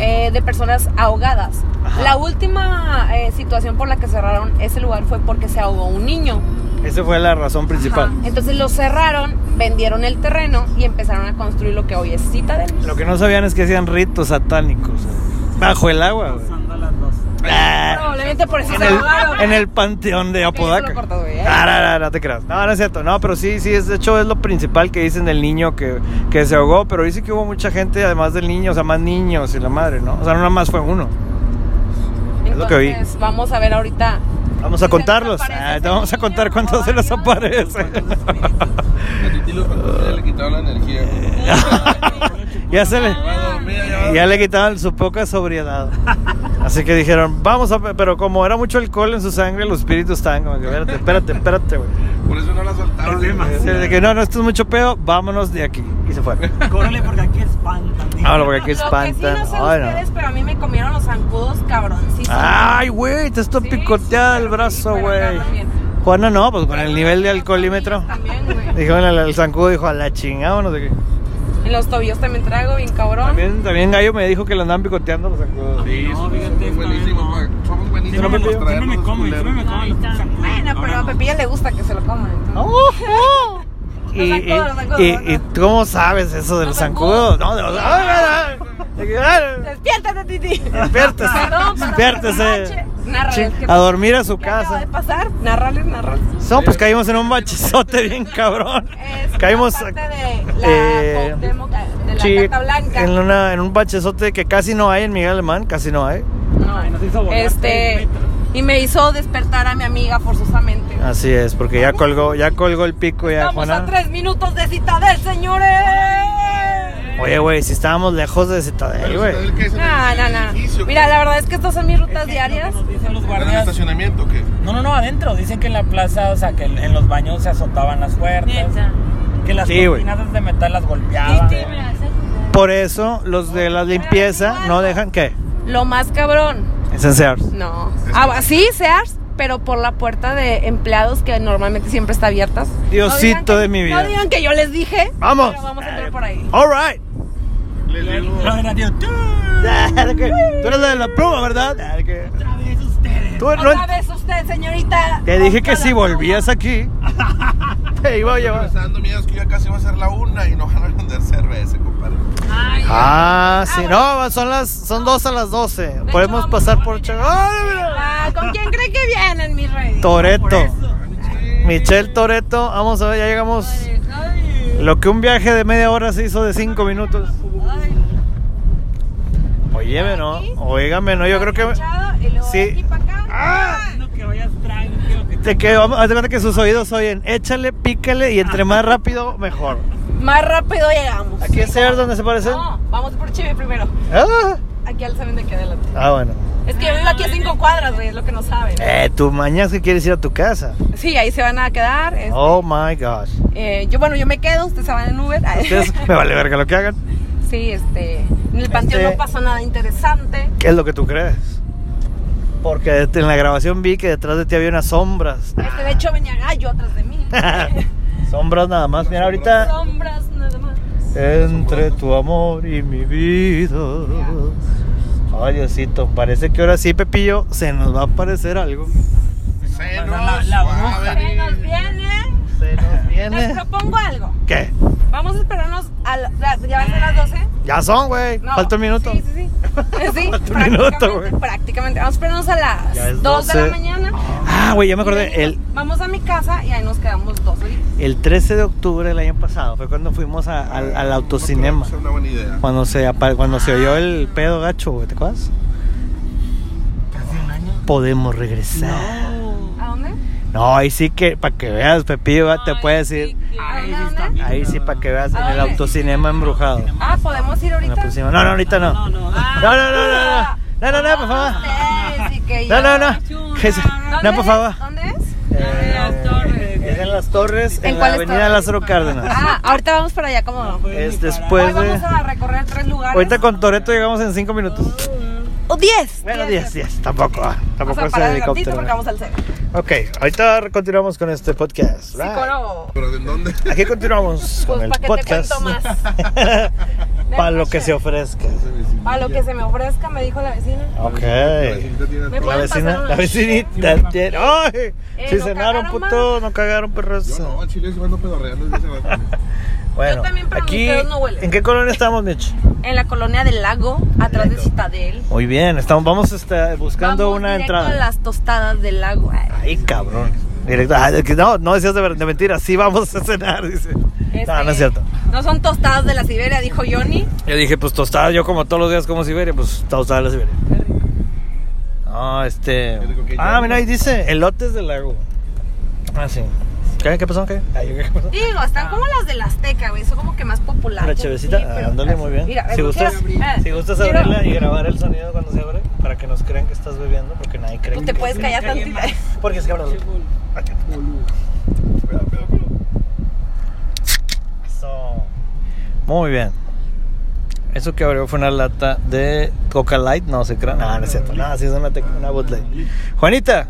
Speaker 5: eh, de personas ahogadas.
Speaker 1: Ajá.
Speaker 5: La última eh, situación por la que cerraron ese lugar fue porque se ahogó un niño.
Speaker 1: Esa fue la razón principal.
Speaker 5: Ajá. Entonces lo cerraron, vendieron el terreno y empezaron a construir lo que hoy es Citadel.
Speaker 1: Lo que no sabían es que hacían ritos satánicos. ¿eh? Bajo el agua, güey. Ah,
Speaker 5: Probablemente por eso
Speaker 1: en,
Speaker 5: se
Speaker 1: el,
Speaker 5: ahogaron.
Speaker 1: en el panteón de
Speaker 5: Eso
Speaker 1: Apodaca.
Speaker 5: lo corto, güey, ¿eh?
Speaker 1: Ah, no, no, no te creas. No, no es cierto. No, pero sí, sí, es, de hecho es lo principal que dicen del niño que, que se ahogó. Pero dice que hubo mucha gente, además del niño, o sea, más niños y la madre, ¿no? O sea, no nada más fue uno. Es lo que vi.
Speaker 5: Entonces, vamos a ver ahorita.
Speaker 1: Vamos
Speaker 5: Si
Speaker 1: a
Speaker 5: se
Speaker 1: contarlos.
Speaker 5: nos aparece
Speaker 1: Ah, te
Speaker 5: ese
Speaker 1: vamos a
Speaker 5: niño
Speaker 1: contar
Speaker 5: o
Speaker 1: cuántos se les
Speaker 5: varios.
Speaker 1: aparece.
Speaker 7: A Titilo cuando se le quitaron la energía. güey.
Speaker 1: ya se le.
Speaker 7: Va a dormir, ya va a
Speaker 1: Ya le quitaban su poca sobriedad. Así que dijeron, vamos a. Pero como era mucho alcohol en su sangre, los espíritus estaban como que, espérate, espérate, espérate, güey.
Speaker 7: dormir. Por eso no la soltaron. güey.
Speaker 1: De que no, no, esto es mucho pedo, vámonos de aquí. Y se fueron.
Speaker 3: Córrele porque aquí espantan. dice.
Speaker 1: Ahora, porque aquí
Speaker 5: Lo que
Speaker 1: espantan.
Speaker 5: sí no sé
Speaker 1: Ay, no. Ah,
Speaker 5: ustedes, pero a mí me comieron los zancudos cabroncísimos.
Speaker 1: Ay, güey, te está
Speaker 5: Sí,
Speaker 1: picoteada
Speaker 5: sí,
Speaker 1: el
Speaker 5: pero
Speaker 1: brazo,
Speaker 5: sí, pero
Speaker 1: güey.
Speaker 5: agarran bien.
Speaker 1: Juana no, pues con el nivel de alcoholímetro.
Speaker 5: También, güey.
Speaker 1: Dijeron al al zancudo, dijo, a la chingada, no sé qué.
Speaker 5: En los tobillos también traigo bien cabrón.
Speaker 1: También, también Gallo me dijo que lo andaban picoteando los zancudos.
Speaker 7: Sí,
Speaker 3: No,
Speaker 7: somos
Speaker 3: fíjate, está
Speaker 7: buenísimos,
Speaker 3: bien,
Speaker 7: güey. Somos buenísimos.
Speaker 1: Siempre me-
Speaker 7: por
Speaker 1: siempre
Speaker 3: Siempre
Speaker 7: traernos
Speaker 3: me
Speaker 7: los
Speaker 3: comen,
Speaker 7: culeros.
Speaker 3: siempre me comen los zancudos.
Speaker 5: Bueno, pero
Speaker 3: Ahora
Speaker 5: a
Speaker 3: no.
Speaker 5: Pepilla le gusta que se lo coman. entonces.
Speaker 1: Oh, oh. y, y,
Speaker 5: zancudos, los zancudos,
Speaker 1: y-
Speaker 5: los zancudos.
Speaker 1: y tú cómo sabes eso de los zancudos? No, de los. ¡Ah, ah, ah!
Speaker 5: Despiértate, Titi.
Speaker 1: Despiértese,
Speaker 5: Perdón, perdón,
Speaker 1: despiértese.
Speaker 5: noche. Narra,
Speaker 1: Ching,
Speaker 5: es que-
Speaker 1: A dormir a su
Speaker 5: ¿Qué acaba de
Speaker 1: casa.
Speaker 5: pasar? Narrales, narrales.
Speaker 1: No, pues caímos en un bachezote bien cabrón.
Speaker 5: Es
Speaker 1: Caímos
Speaker 5: una parte de la
Speaker 1: eh,
Speaker 5: Cuauhtémoc, de la
Speaker 1: sí,
Speaker 5: Carta Blanca.
Speaker 1: en, una- en un bachezote que casi no hay en Miguel Alemán, casi no hay.
Speaker 5: No, este, y me hizo despertar a mi amiga forzosamente.
Speaker 1: Así es, porque ya colgó, ya colgó el pico ya,
Speaker 5: Estamos a
Speaker 1: Juana.
Speaker 5: tres minutos de Citadel, señores.
Speaker 1: Oye, güey, si estábamos lejos de Citadel,
Speaker 7: Pero
Speaker 1: güey.
Speaker 7: Citadel, ¿qué es?
Speaker 5: No, no, no. Mira, la verdad es que estas son mis rutas diarias.
Speaker 10: Dicen los
Speaker 7: ¿En el
Speaker 10: guardias.
Speaker 7: estacionamiento o qué?
Speaker 10: No, no, no, adentro. Dicen que en la plaza, o sea, que en, en los baños se azotaban las puertas.
Speaker 9: Neta.
Speaker 10: Que las
Speaker 1: Sí, güey.
Speaker 10: cortinas de metal las golpeaban.
Speaker 9: Sí, me vas a cuidar.
Speaker 1: Por eso los de la limpieza no dejan que
Speaker 5: Lo más cabrón.
Speaker 1: Sears.
Speaker 5: No. Ah, sí, Sears, pero por la puerta de empleados que normalmente siempre está abiertas. No digan
Speaker 1: Diosito
Speaker 5: que-
Speaker 1: de mi vida.
Speaker 5: No digan que yo les dije.
Speaker 1: Vamos.
Speaker 5: Pero vamos a entrar por ahí.
Speaker 1: All right.
Speaker 7: Les digo.
Speaker 3: Ah.
Speaker 10: No, era tío, ¡tú!
Speaker 1: Tú eres la de la pluma, ¿verdad?
Speaker 10: Otra vez ustedes.
Speaker 1: Tú no-
Speaker 5: Otra vez usted, señorita.
Speaker 1: Te dije que
Speaker 5: Ojalá.
Speaker 1: si volvías aquí, te iba a
Speaker 7: Me
Speaker 1: llevar.
Speaker 7: está dando miedo, es que ya casi va a ser la una y no van a vender cerveza, compadre.
Speaker 1: Ah, sí. No, son las, son dos a las doce. Podemos pasar por Che- ¡Ay, mira!
Speaker 5: Ah, ¿Con quién cree que vienen, mi rey?
Speaker 1: Toreto. Michelle Toreto. Vamos a ver, ya llegamos. Lo que un viaje de media hora se hizo de cinco minutos. Óyeme, ¿no? Óigame, ¿no? Yo creo que...
Speaker 5: Cachado, y luego
Speaker 1: sí.
Speaker 5: de aquí pa' acá.
Speaker 1: ¡Ah!
Speaker 10: No que vayas tranquilo. Que
Speaker 1: De que vamos, haz de cuenta que sus oídos oyen, échale, pícale y entre más rápido, mejor.
Speaker 5: Más rápido llegamos.
Speaker 1: ¿Aquí es Sears donde se parecen?
Speaker 5: No, vamos por Chive primero.
Speaker 1: Ah,
Speaker 5: Aquí al saben de aquí adelante.
Speaker 1: ah, bueno.
Speaker 5: Es que yo vivo aquí a cinco cuadras, güey, es lo que no saben.
Speaker 1: Eh, tu mañana que quieres ir a tu casa.
Speaker 5: Sí, ahí se van a quedar. es-
Speaker 1: Oh my gosh.
Speaker 5: eh, yo, bueno, yo me quedo, ustedes se van en Uber. Ay,
Speaker 1: Ustedes, me vale verga lo que hagan.
Speaker 5: sí, este. En el panteón
Speaker 1: Este-
Speaker 5: no pasó nada interesante.
Speaker 1: ¿Qué es lo que tú crees? Porque en la grabación vi que detrás de ti había unas sombras.
Speaker 5: Este, de hecho, venía gallo atrás de mí.
Speaker 1: sombras nada más. Mira, ahorita.
Speaker 5: Sombras, nada más.
Speaker 1: Entre tu amor y mi vida. Ay, Diosito, parece que ahora sí, Pepillo, se nos va a aparecer algo.
Speaker 7: Se nos
Speaker 10: la- la
Speaker 7: va a
Speaker 10: bruja.
Speaker 5: Se
Speaker 7: venir.
Speaker 5: nos viene.
Speaker 1: Se nos
Speaker 5: Les
Speaker 1: viene.
Speaker 5: propongo algo.
Speaker 1: ¿Qué?
Speaker 5: Vamos a esperarnos a la- ya- ya van a ser las 12.
Speaker 1: Ya son, güey.
Speaker 5: No.
Speaker 1: Falta un minuto.
Speaker 5: Sí, sí,
Speaker 1: Falta un
Speaker 5: sí. Sí, prácticamente,
Speaker 1: minuto, güey.
Speaker 5: prácticamente. Vamos a esperarnos a
Speaker 1: Ya es
Speaker 5: las 2 de la
Speaker 1: 12.
Speaker 5: mañana.
Speaker 1: Ah, güey, ya me
Speaker 5: Y
Speaker 1: acordé.
Speaker 5: venimos-
Speaker 1: El,
Speaker 5: Vamos a mi casa y ahí nos quedamos dos horitas.
Speaker 1: el 13 de octubre del año pasado fue cuando fuimos a- al, al autocinema.
Speaker 7: Es una buena idea.
Speaker 1: Cuando se, apa- cuando se oyó el pedo gacho, güey, ¿te acuerdas?
Speaker 10: casi un año.
Speaker 1: Podemos regresar.
Speaker 5: ¿A dónde?
Speaker 1: No, ahí sí que, para que veas, Pepillo, va, te puedes ir.
Speaker 5: ¿A dónde? ¿A dónde?
Speaker 1: Ahí sí, para que veas, en
Speaker 5: ¿A
Speaker 1: el
Speaker 5: dónde?
Speaker 1: autocinema embrujado.
Speaker 5: Ah, podemos ir
Speaker 1: En el
Speaker 5: ahorita.
Speaker 1: autocinema. No, no, ahorita no. No, no, no, no, no. no. No, no, no, por favor.
Speaker 5: Ustedes y que
Speaker 1: No,
Speaker 5: yo.
Speaker 1: no, no. Que se-
Speaker 5: ¿Dónde
Speaker 1: No, por
Speaker 5: es?
Speaker 1: favor.
Speaker 5: ¿Dónde es?
Speaker 1: Eh, es en las torres, en,
Speaker 5: ¿En
Speaker 1: la
Speaker 5: cuál
Speaker 1: avenida
Speaker 5: torre?
Speaker 1: Lázaro Cárdenas.
Speaker 5: Ah, ahorita vamos para allá, ¿cómo no?
Speaker 1: Es
Speaker 5: Hoy
Speaker 1: después de...
Speaker 5: vamos a recorrer tres lugares.
Speaker 1: pues, eh. Ahorita con Toreto llegamos en 5 minutos.
Speaker 5: Oh, ¡O diez!
Speaker 1: Bueno, 10, 10. Tampoco, ah,
Speaker 5: Vamos
Speaker 1: tampoco
Speaker 5: a
Speaker 1: es
Speaker 5: parar
Speaker 1: el
Speaker 5: el ratito
Speaker 1: helicóptero.
Speaker 5: porque vamos al centro.
Speaker 1: Ok, ahorita continuamos con este podcast. Right.
Speaker 5: Psicólogo.
Speaker 7: ¿Pero de dónde?
Speaker 1: Aquí continuamos con el
Speaker 5: Pues, pa' que te
Speaker 1: podcast.
Speaker 5: cuento más.
Speaker 1: Para lo que se ofrezca.
Speaker 5: A lo que se me ofrezca, me dijo la vecina.
Speaker 1: Ok.
Speaker 5: ¿Me
Speaker 1: La
Speaker 5: pueden pasar
Speaker 1: vecina,
Speaker 5: una?
Speaker 1: la vecinita. tiene- ¡Ay!
Speaker 5: Eh,
Speaker 1: Si
Speaker 5: ¿no
Speaker 1: cenaron,
Speaker 5: cagaron
Speaker 1: puto, no cagaron perros.
Speaker 7: Yo no, en Chile se ando pedorreando desde hace rato.
Speaker 1: Bueno,
Speaker 5: también, pero mis
Speaker 1: aquí.
Speaker 5: dedos no huelen.
Speaker 1: ¿En qué colonia estamos, Mitch?
Speaker 5: En la colonia del lago, atrás de Citadel.
Speaker 1: Muy bien, estamos, vamos este, buscando
Speaker 5: Vamos
Speaker 1: una
Speaker 5: directo
Speaker 1: entrada.
Speaker 5: a las tostadas del lago. Ay.
Speaker 1: Ay, cabrón. Directo. ah, de que no, no decías de, ver- de mentira, sí vamos a cenar, dice. No,
Speaker 5: Este,
Speaker 1: no es cierto.
Speaker 5: No son tostadas de la Siberia, dijo Johnny.
Speaker 1: Yo dije, pues tostada, yo como todos los días como Siberia, pues tostada de la Siberia. Ah, este.
Speaker 7: Qué rico que
Speaker 1: Ah,
Speaker 7: ya-
Speaker 1: mira, ahí dice elotes del lago. Ah, sí. ¿Qué, ¿Qué pasó? ¿Qué? Ah, yo ¿Qué pasó?
Speaker 5: Digo, están como las del Azteca, güey. Son como que más populares.
Speaker 1: La chevecita,
Speaker 5: Sí, pero-
Speaker 1: ándale muy bien.
Speaker 5: Mira,
Speaker 1: si
Speaker 5: lo
Speaker 1: gustas,
Speaker 5: quiero- ah,
Speaker 1: si gustas
Speaker 5: quiero-
Speaker 1: abrirla y grabar el sonido cuando se abre para que nos crean que estás bebiendo, porque nadie cree.
Speaker 5: Pues te
Speaker 1: que-
Speaker 5: puedes callar tantito.
Speaker 1: Porque es que abro-
Speaker 7: Espera, espera, espera.
Speaker 1: Eso. Muy bien. Eso que abrió fue una lata de Coca Light, no se crean. Ah, No, no es cierto. No, sí es una, tec- una bootleg. Juanita,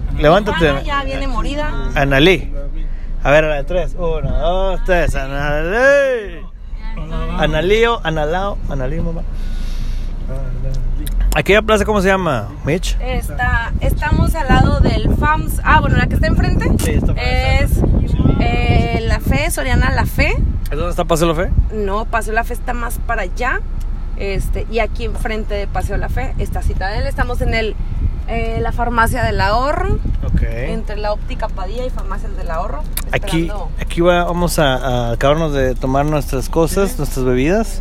Speaker 5: Juana
Speaker 1: levántate.
Speaker 5: Ah, ya viene morida.
Speaker 1: Analí. A ver, a la de tres. Uno, dos, tres. Analí. Analío, analao, analí, mamá. Aquella plaza, ¿cómo se llama? Mitch.
Speaker 5: Está, estamos al lado del FAMS. Ah, bueno, la que está enfrente
Speaker 1: Sí, está por
Speaker 5: es eh, la FES Soriana La Fe.
Speaker 1: ¿Es donde está Paseo La Fe?
Speaker 5: No, Paseo La Fe está más para allá. Este, y aquí enfrente de Paseo La Fe está Citadel. Estamos en el, eh, la farmacia del ahorro.
Speaker 1: Ok.
Speaker 5: Entre la óptica Padilla y farmacia del ahorro.
Speaker 1: Aquí,
Speaker 5: esperando.
Speaker 1: aquí va- vamos a, a acabarnos de tomar nuestras cosas, nuestras bebidas.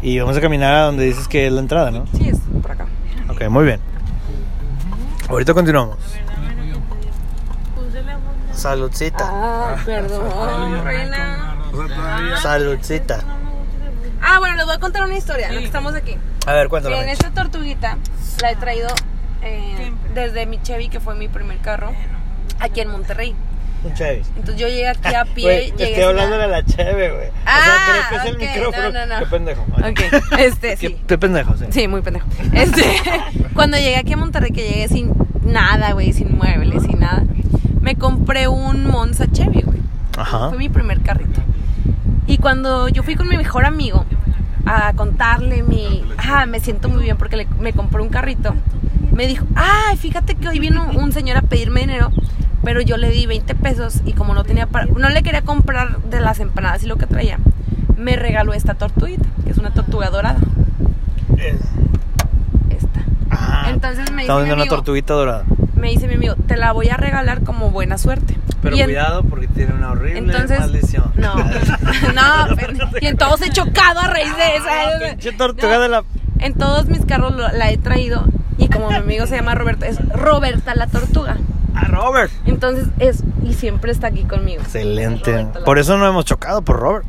Speaker 1: Y vamos a caminar a donde dices que es la entrada, ¿no?
Speaker 5: Sí, es por acá.
Speaker 1: Ok, muy bien. Ahorita continuamos. Saludcita.
Speaker 5: Ah, perdón, reina.
Speaker 1: Saludcita.
Speaker 5: Ah, bueno, les voy a contar una historia. en la que estamos aquí.
Speaker 1: A ver, cuéntame.
Speaker 5: Miren, esta tortuguita la he traído eh, desde mi Chevy, que fue mi primer carro, aquí en Monterrey.
Speaker 1: Un Chevy.
Speaker 5: Entonces yo llegué aquí a pie.
Speaker 1: Güey,
Speaker 5: llegué
Speaker 1: estoy
Speaker 5: sin
Speaker 1: hablando
Speaker 5: nada.
Speaker 1: de la cheve, güey.
Speaker 5: Ah,
Speaker 1: o sea, creo que
Speaker 5: ok,
Speaker 1: es el micrófono.
Speaker 5: no, no, no.
Speaker 1: Qué pendejo.
Speaker 5: Ok, este,
Speaker 1: Qué,
Speaker 5: sí.
Speaker 1: qué pendejo, sí.
Speaker 5: Sí, muy pendejo. Este, cuando llegué aquí a Monterrey, que llegué sin nada, güey, sin muebles, sin nada, me compré un Monza Chevy, güey.
Speaker 1: Ajá.
Speaker 5: Fue mi primer carrito. Y cuando yo fui con mi mejor amigo a contarle mi... Ah, me siento muy bien porque le- me compré un carrito. Me dijo, ay, fíjate que hoy vino un señor a pedirme dinero, pero yo le di 20 pesos y como no tenía para... No le quería comprar de las empanadas y lo que traía, me regaló esta tortuguita, que es una tortuga dorada. Esta.
Speaker 1: Ah,
Speaker 5: Entonces me dice
Speaker 1: Estamos viendo
Speaker 5: mi
Speaker 1: una
Speaker 5: amigo-
Speaker 1: tortuguita dorada.
Speaker 5: me dice mi amigo, te la voy a regalar como buena suerte.
Speaker 1: Pero
Speaker 5: Y en-
Speaker 1: cuidado porque tiene una horrible
Speaker 5: Entonces-
Speaker 1: maldición.
Speaker 5: No, no, pendejo. y en todos he chocado a raíz de
Speaker 1: Ah,
Speaker 5: esa.
Speaker 1: pinche tortuga
Speaker 5: No,
Speaker 1: de la.
Speaker 5: En todos mis carros lo- la he traído. Y como mi amigo se llama Roberta, es Roberta la tortuga.
Speaker 1: Ah, Robert.
Speaker 5: Entonces es, y siempre está aquí conmigo.
Speaker 1: Excelente.
Speaker 5: Roberto, la-
Speaker 1: Por eso no hemos chocado por Robert.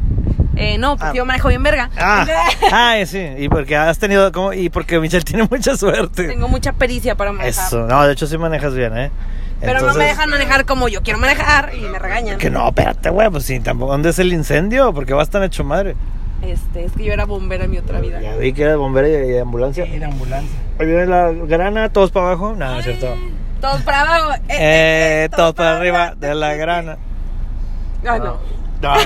Speaker 5: Eh, no, porque
Speaker 1: Ah.
Speaker 5: yo manejo bien verga.
Speaker 1: Ah, ay, sí. Y porque has tenido. como Y porque Michelle tiene mucha suerte.
Speaker 5: Tengo mucha pericia para manejar.
Speaker 1: Eso. No, de hecho sí manejas bien, ¿eh?
Speaker 5: Pero no
Speaker 1: Entonces-
Speaker 5: me dejan manejar como yo quiero manejar y me regañan.
Speaker 1: Que no, espérate, güey. Pues sí, tampoco. ¿Dónde es el incendio? Porque vas tan hecho madre.
Speaker 5: Este, es que yo era bombera en mi otra vida.
Speaker 1: Pues Ah, Ya vi que eres bombero y, y ambulancia.
Speaker 3: Era ambulancia.
Speaker 1: Ahí viene la grana, todos para abajo. No, no es cierto.
Speaker 5: Todos para abajo. eh, eh,
Speaker 1: Eh, todos para arriba de la grana.
Speaker 5: Ah, no.
Speaker 1: No, no,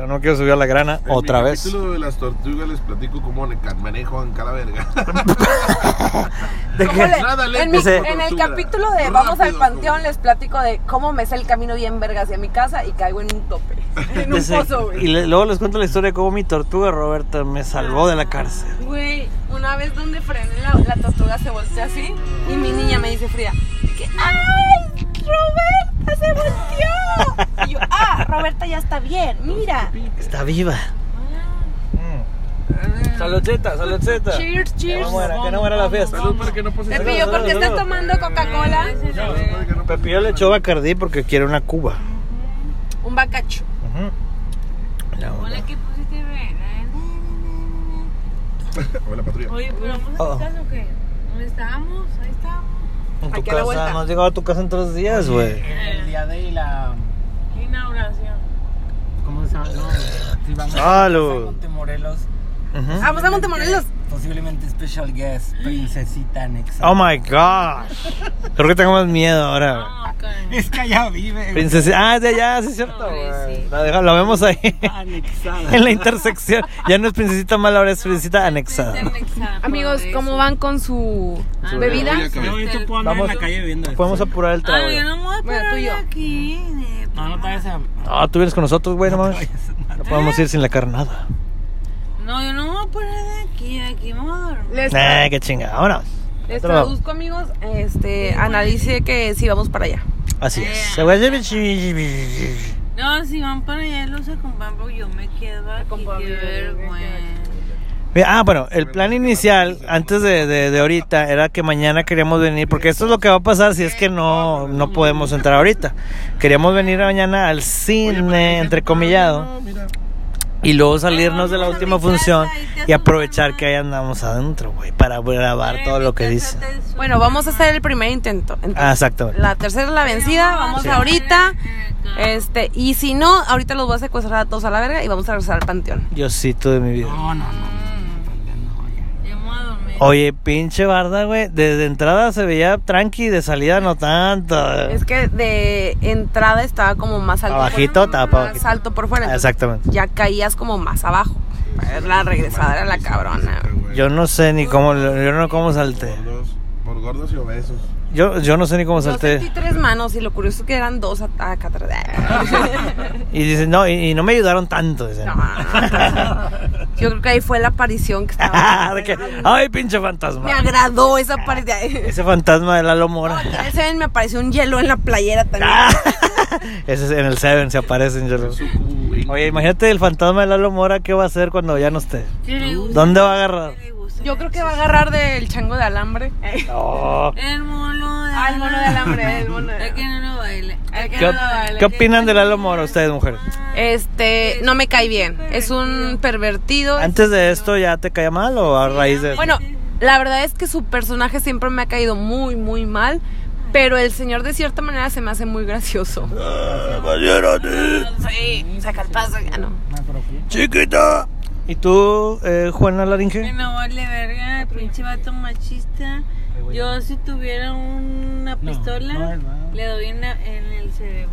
Speaker 1: no, no quiero subir a la grana
Speaker 7: En
Speaker 1: otra
Speaker 7: mi
Speaker 1: vez.
Speaker 7: capítulo de las tortugas les platico cómo le ca- manejan cada verga.
Speaker 1: ¿De
Speaker 5: ¿Cómo
Speaker 1: qué?
Speaker 5: le-
Speaker 7: Nada lento
Speaker 5: en, mi-
Speaker 7: como
Speaker 5: en el
Speaker 7: tortuga.
Speaker 5: capítulo de Vamos al
Speaker 7: Rápido
Speaker 5: Panteón
Speaker 7: como-
Speaker 5: les platico de cómo me sé el camino bien verga hacia mi casa y caigo en un tope, en un
Speaker 1: Ese-
Speaker 5: pozo,
Speaker 1: Y
Speaker 5: güey.
Speaker 1: le- luego les cuento la historia de cómo mi tortuga Roberta me salvó de la cárcel.
Speaker 5: Güey, una vez donde frené la, la tortuga se voltea así y mi niña me dice fría, que ¡ay, Roberta se volteó! Y yo, ¡ah, Roberta ya está bien, mira!
Speaker 9: Pues,
Speaker 1: Está viva. Mm. Saludcita, saludcita.
Speaker 5: Cheers,
Speaker 1: Que
Speaker 5: cheers.
Speaker 1: no muera, que no muera la fiesta.
Speaker 7: Salud para que no
Speaker 9: pues,
Speaker 7: pose
Speaker 5: Te pillo porque estás tomando Coca-Cola,
Speaker 1: Pepillo le echó Bacardí porque quiere una cuba.
Speaker 5: un bacacho.
Speaker 1: Ujú. Ya, bueno.
Speaker 9: Hola, ¿qué pusiste, güey?
Speaker 7: Hola, patrulla.
Speaker 9: Oye, pero vamos
Speaker 1: Oh.
Speaker 9: a tu casa o qué? ¿Dónde estábamos? Ahí estábamos.
Speaker 1: En tu
Speaker 5: Aquí a la
Speaker 1: casa,
Speaker 5: vuelta.
Speaker 1: no has llegado a tu casa en tres días, güey.
Speaker 3: El día de la.
Speaker 9: Qué Eh. inauguración.
Speaker 3: ¿Cómo se llama? No, sí, vamos
Speaker 1: Salud.
Speaker 3: a Monte Morelos.
Speaker 1: Ujú.
Speaker 5: Vamos a Montemorelos.
Speaker 3: Posiblemente special guest, princesita Nexa.
Speaker 1: Oh my gosh. Creo que tengo más miedo ahora. güey.
Speaker 9: Ah, ok.
Speaker 3: Es que allá vive. güey.
Speaker 1: Princesa. Ah, ya, ya, sí es cierto.
Speaker 9: Hombre,
Speaker 1: güey.
Speaker 9: sí.
Speaker 1: La, deja- la vemos ahí.
Speaker 3: Anexada.
Speaker 1: en la intersección. Ya no es princesita mala, ahora es princesita anexada.
Speaker 5: Amigos, ¿cómo van con su
Speaker 9: Ah,
Speaker 5: bebida?
Speaker 7: no, ya que-
Speaker 3: No, esto puedo andar en la calle viviendo esto.
Speaker 1: Podemos apurar el trago.
Speaker 9: Ah, yo no me voy a
Speaker 5: Bueno,
Speaker 9: parar
Speaker 5: tú y yo.
Speaker 9: aquí. de-
Speaker 3: No, no te vayas a.
Speaker 1: Ah, tú vienes con nosotros, güey, no mames. No podemos ir sin la carnada.
Speaker 9: No, yo no me voy a parar de aquí. Aquí me voy a dormir.
Speaker 5: Les-
Speaker 1: Eh, qué chinga. Vámonos.
Speaker 5: Les
Speaker 1: Otro lado.
Speaker 5: traduzco, amigos. Este, analice que si vamos para allá.
Speaker 1: Así es. Se
Speaker 9: No, si van para allá, los acompañan porque yo me quedo aquí. Qué vergüenza.
Speaker 1: Ah, bueno, el plan inicial antes de, de- de ahorita era que mañana queríamos venir, porque esto es lo que va a pasar si es que no, no podemos entrar ahorita. Queríamos venir mañana al cine, entrecomillado,
Speaker 7: No, Ah, mira.
Speaker 1: y luego salirnos de la
Speaker 9: Vamos a
Speaker 1: última
Speaker 9: mi casa,
Speaker 1: función
Speaker 9: ahí te
Speaker 1: y
Speaker 9: asumo,
Speaker 1: aprovechar
Speaker 9: mamá.
Speaker 1: que ahí andamos adentro, güey, para grabar todo lo que dice.
Speaker 5: Bueno, vamos a hacer el primer intento. Entonces,
Speaker 1: Ah, exactamente.
Speaker 5: La tercera es la vencida. Vamos
Speaker 9: Sí.
Speaker 5: ahorita.
Speaker 9: Eh,
Speaker 5: Este, y si no, ahorita los voy a secuestrar a todos a la verga y vamos a regresar al panteón.
Speaker 1: Diosito de mi vida.
Speaker 3: No, no, no.
Speaker 9: yo me voy a dormir.
Speaker 1: Oye, pinche barda, güey. Desde entrada se veía tranqui, de salida no tanto.
Speaker 5: Es que de entrada estaba como más alto. por-
Speaker 1: Abajito, estaba para
Speaker 5: Más
Speaker 1: abajito. Ah,
Speaker 5: alto por fuera. entonces
Speaker 1: Exactamente.
Speaker 5: Ya caías como más abajo. Pues, La regresada era la cabrona.
Speaker 7: Güey.
Speaker 1: Yo no sé ni cómo, yo no cómo salté.
Speaker 7: Gordos, por gordos y obesos.
Speaker 1: Yo, yo no sé ni cómo
Speaker 5: Yo
Speaker 1: salté.
Speaker 5: sentí tres manos y lo curioso es que eran dos at- acá atrás.
Speaker 1: Y dicen, no, y, y no me ayudaron tanto. Dicen.
Speaker 5: Yo creo que ahí fue la aparición que estaba.
Speaker 1: De que, Ay, pinche fantasma.
Speaker 5: Me agradó esa aparición.
Speaker 1: Ese fantasma de Lalo Mora.
Speaker 5: Aquí en el Seven me apareció un hielo en la playera también.
Speaker 1: Ah, Ese es en el Seven se aparecen. yo lo- Oye, imagínate el fantasma de Lalo Mora, ¿qué va a hacer cuando ya no esté? ¿Dónde va a agarrar?
Speaker 5: Yo creo que va a agarrar del chango de alambre.
Speaker 1: No.
Speaker 9: El mono de
Speaker 5: Ah, el mono de alambre, el mono de
Speaker 9: El que no lo baile. El que
Speaker 1: ¿Qué,
Speaker 9: no lo baile.
Speaker 1: qué opinan de Lalo Mora ustedes, mujeres?
Speaker 5: Este, no me cae bien. Es un pervertido.
Speaker 1: ¿Antes de esto ya te caía mal o a raíz de...?
Speaker 5: Bueno, la verdad es que su personaje siempre me ha caído muy, muy mal. Pero el señor de cierta manera se me hace muy gracioso. Sí, saca el paso, ya no.
Speaker 1: ¡Chiquita! ¿Y tú, eh, Juana
Speaker 9: Que
Speaker 1: Laringe?
Speaker 9: no vale verga, el pinche vato machista. Yo si tuviera una pistola, le doy una en el cerebro.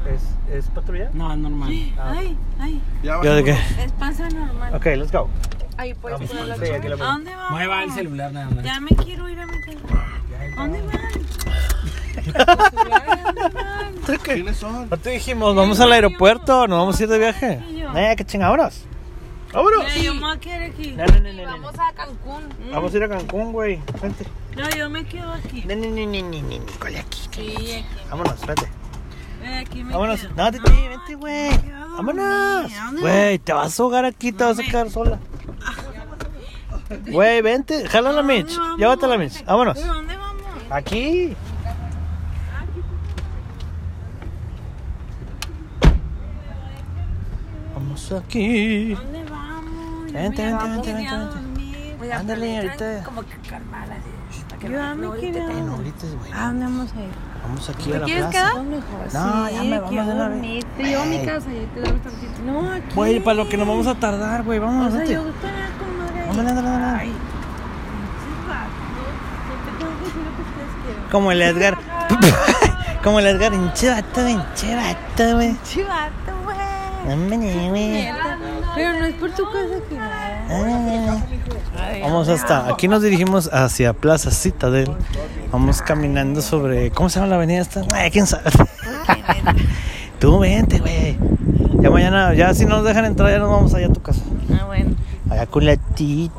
Speaker 1: ¿Es, patrulla?
Speaker 3: No, normal.
Speaker 1: Ah,
Speaker 9: Ay, ay,
Speaker 7: Ya
Speaker 1: ¿Yo de qué?
Speaker 9: es panza normal.
Speaker 1: Ok, let's go.
Speaker 5: Ahí puedes poner la
Speaker 1: Sí, aquí la
Speaker 9: ¿A dónde vamos?
Speaker 3: Mueva el celular nada más.
Speaker 9: Ya me quiero ir a mi casa. ¿A dónde van?
Speaker 7: ¿Quiénes son?
Speaker 1: ¿No te dijimos, vamos al aeropuerto? ¿Nos vamos a ir de viaje? Eh, qué chingados. ¡Vámonos!
Speaker 9: Mira, Yo me voy a quedar aquí.
Speaker 1: No, no, no, no, no.
Speaker 5: Vamos a Cancún.
Speaker 1: Vamos a ir a Cancún, güey. Vente.
Speaker 9: No, yo me quedo aquí.
Speaker 1: Ni, ni, ni, ni, ni, ni, ni, cole aquí.
Speaker 9: Sí, aquí.
Speaker 1: Vámonos, vete.
Speaker 9: Eh, aquí me
Speaker 1: Vámonos.
Speaker 9: quedo.
Speaker 1: No, te, te- vente, güey. Vámonos. Güey, te vas a ahogar aquí, te vas a quedar sola.
Speaker 9: Ah.
Speaker 1: Güey, vente. Jala la Mitch. Llévate la Mitch. Vámonos.
Speaker 9: ¿A dónde vamos?
Speaker 1: Aquí. Vamos aquí.
Speaker 9: ¿Dónde vamos?
Speaker 1: Vente,
Speaker 9: Yo ya
Speaker 1: vente,
Speaker 9: me
Speaker 1: vente,
Speaker 9: quería
Speaker 1: vente,
Speaker 9: dormir.
Speaker 1: Ándale, ahorita.
Speaker 5: Como que calmada, así, para que
Speaker 9: Yo ya me Ah, quería
Speaker 1: Eh, no
Speaker 9: dormir.
Speaker 1: grites, güey.
Speaker 9: ¿A dónde vamos a ir?
Speaker 1: Vamos aquí a la
Speaker 5: ¿Quieres
Speaker 1: plaza.
Speaker 5: quedar?
Speaker 9: pues
Speaker 1: No, ya me vamos de una vez.
Speaker 5: Te llevo a mi casa y te doy un tantito.
Speaker 9: No, aquí.
Speaker 1: Güey, para lo que nos vamos a tardar, güey,
Speaker 9: O
Speaker 1: vámonos,
Speaker 9: sea,
Speaker 1: vete.
Speaker 9: yo estoy a comer ahí.
Speaker 1: Ándale, ándale, ándale.
Speaker 9: Chivato.
Speaker 1: Como el Edgar. Como el Edgar, hinche vato, hinche vato, güey.
Speaker 9: Chivato, güey.
Speaker 1: Ándale, güey.
Speaker 9: Pero no es por tu casa que va.
Speaker 1: Ándale. Vamos hasta, aquí nos dirigimos hacia Plaza Citadel. Vamos caminando sobre, ¿cómo se llama la avenida esta? Ay, quién sabe. Tú vente, güey. Ya mañana, ya si no nos dejan entrar, ya nos vamos allá a tu casa.
Speaker 9: Ah, bueno.
Speaker 1: Allá con la titi.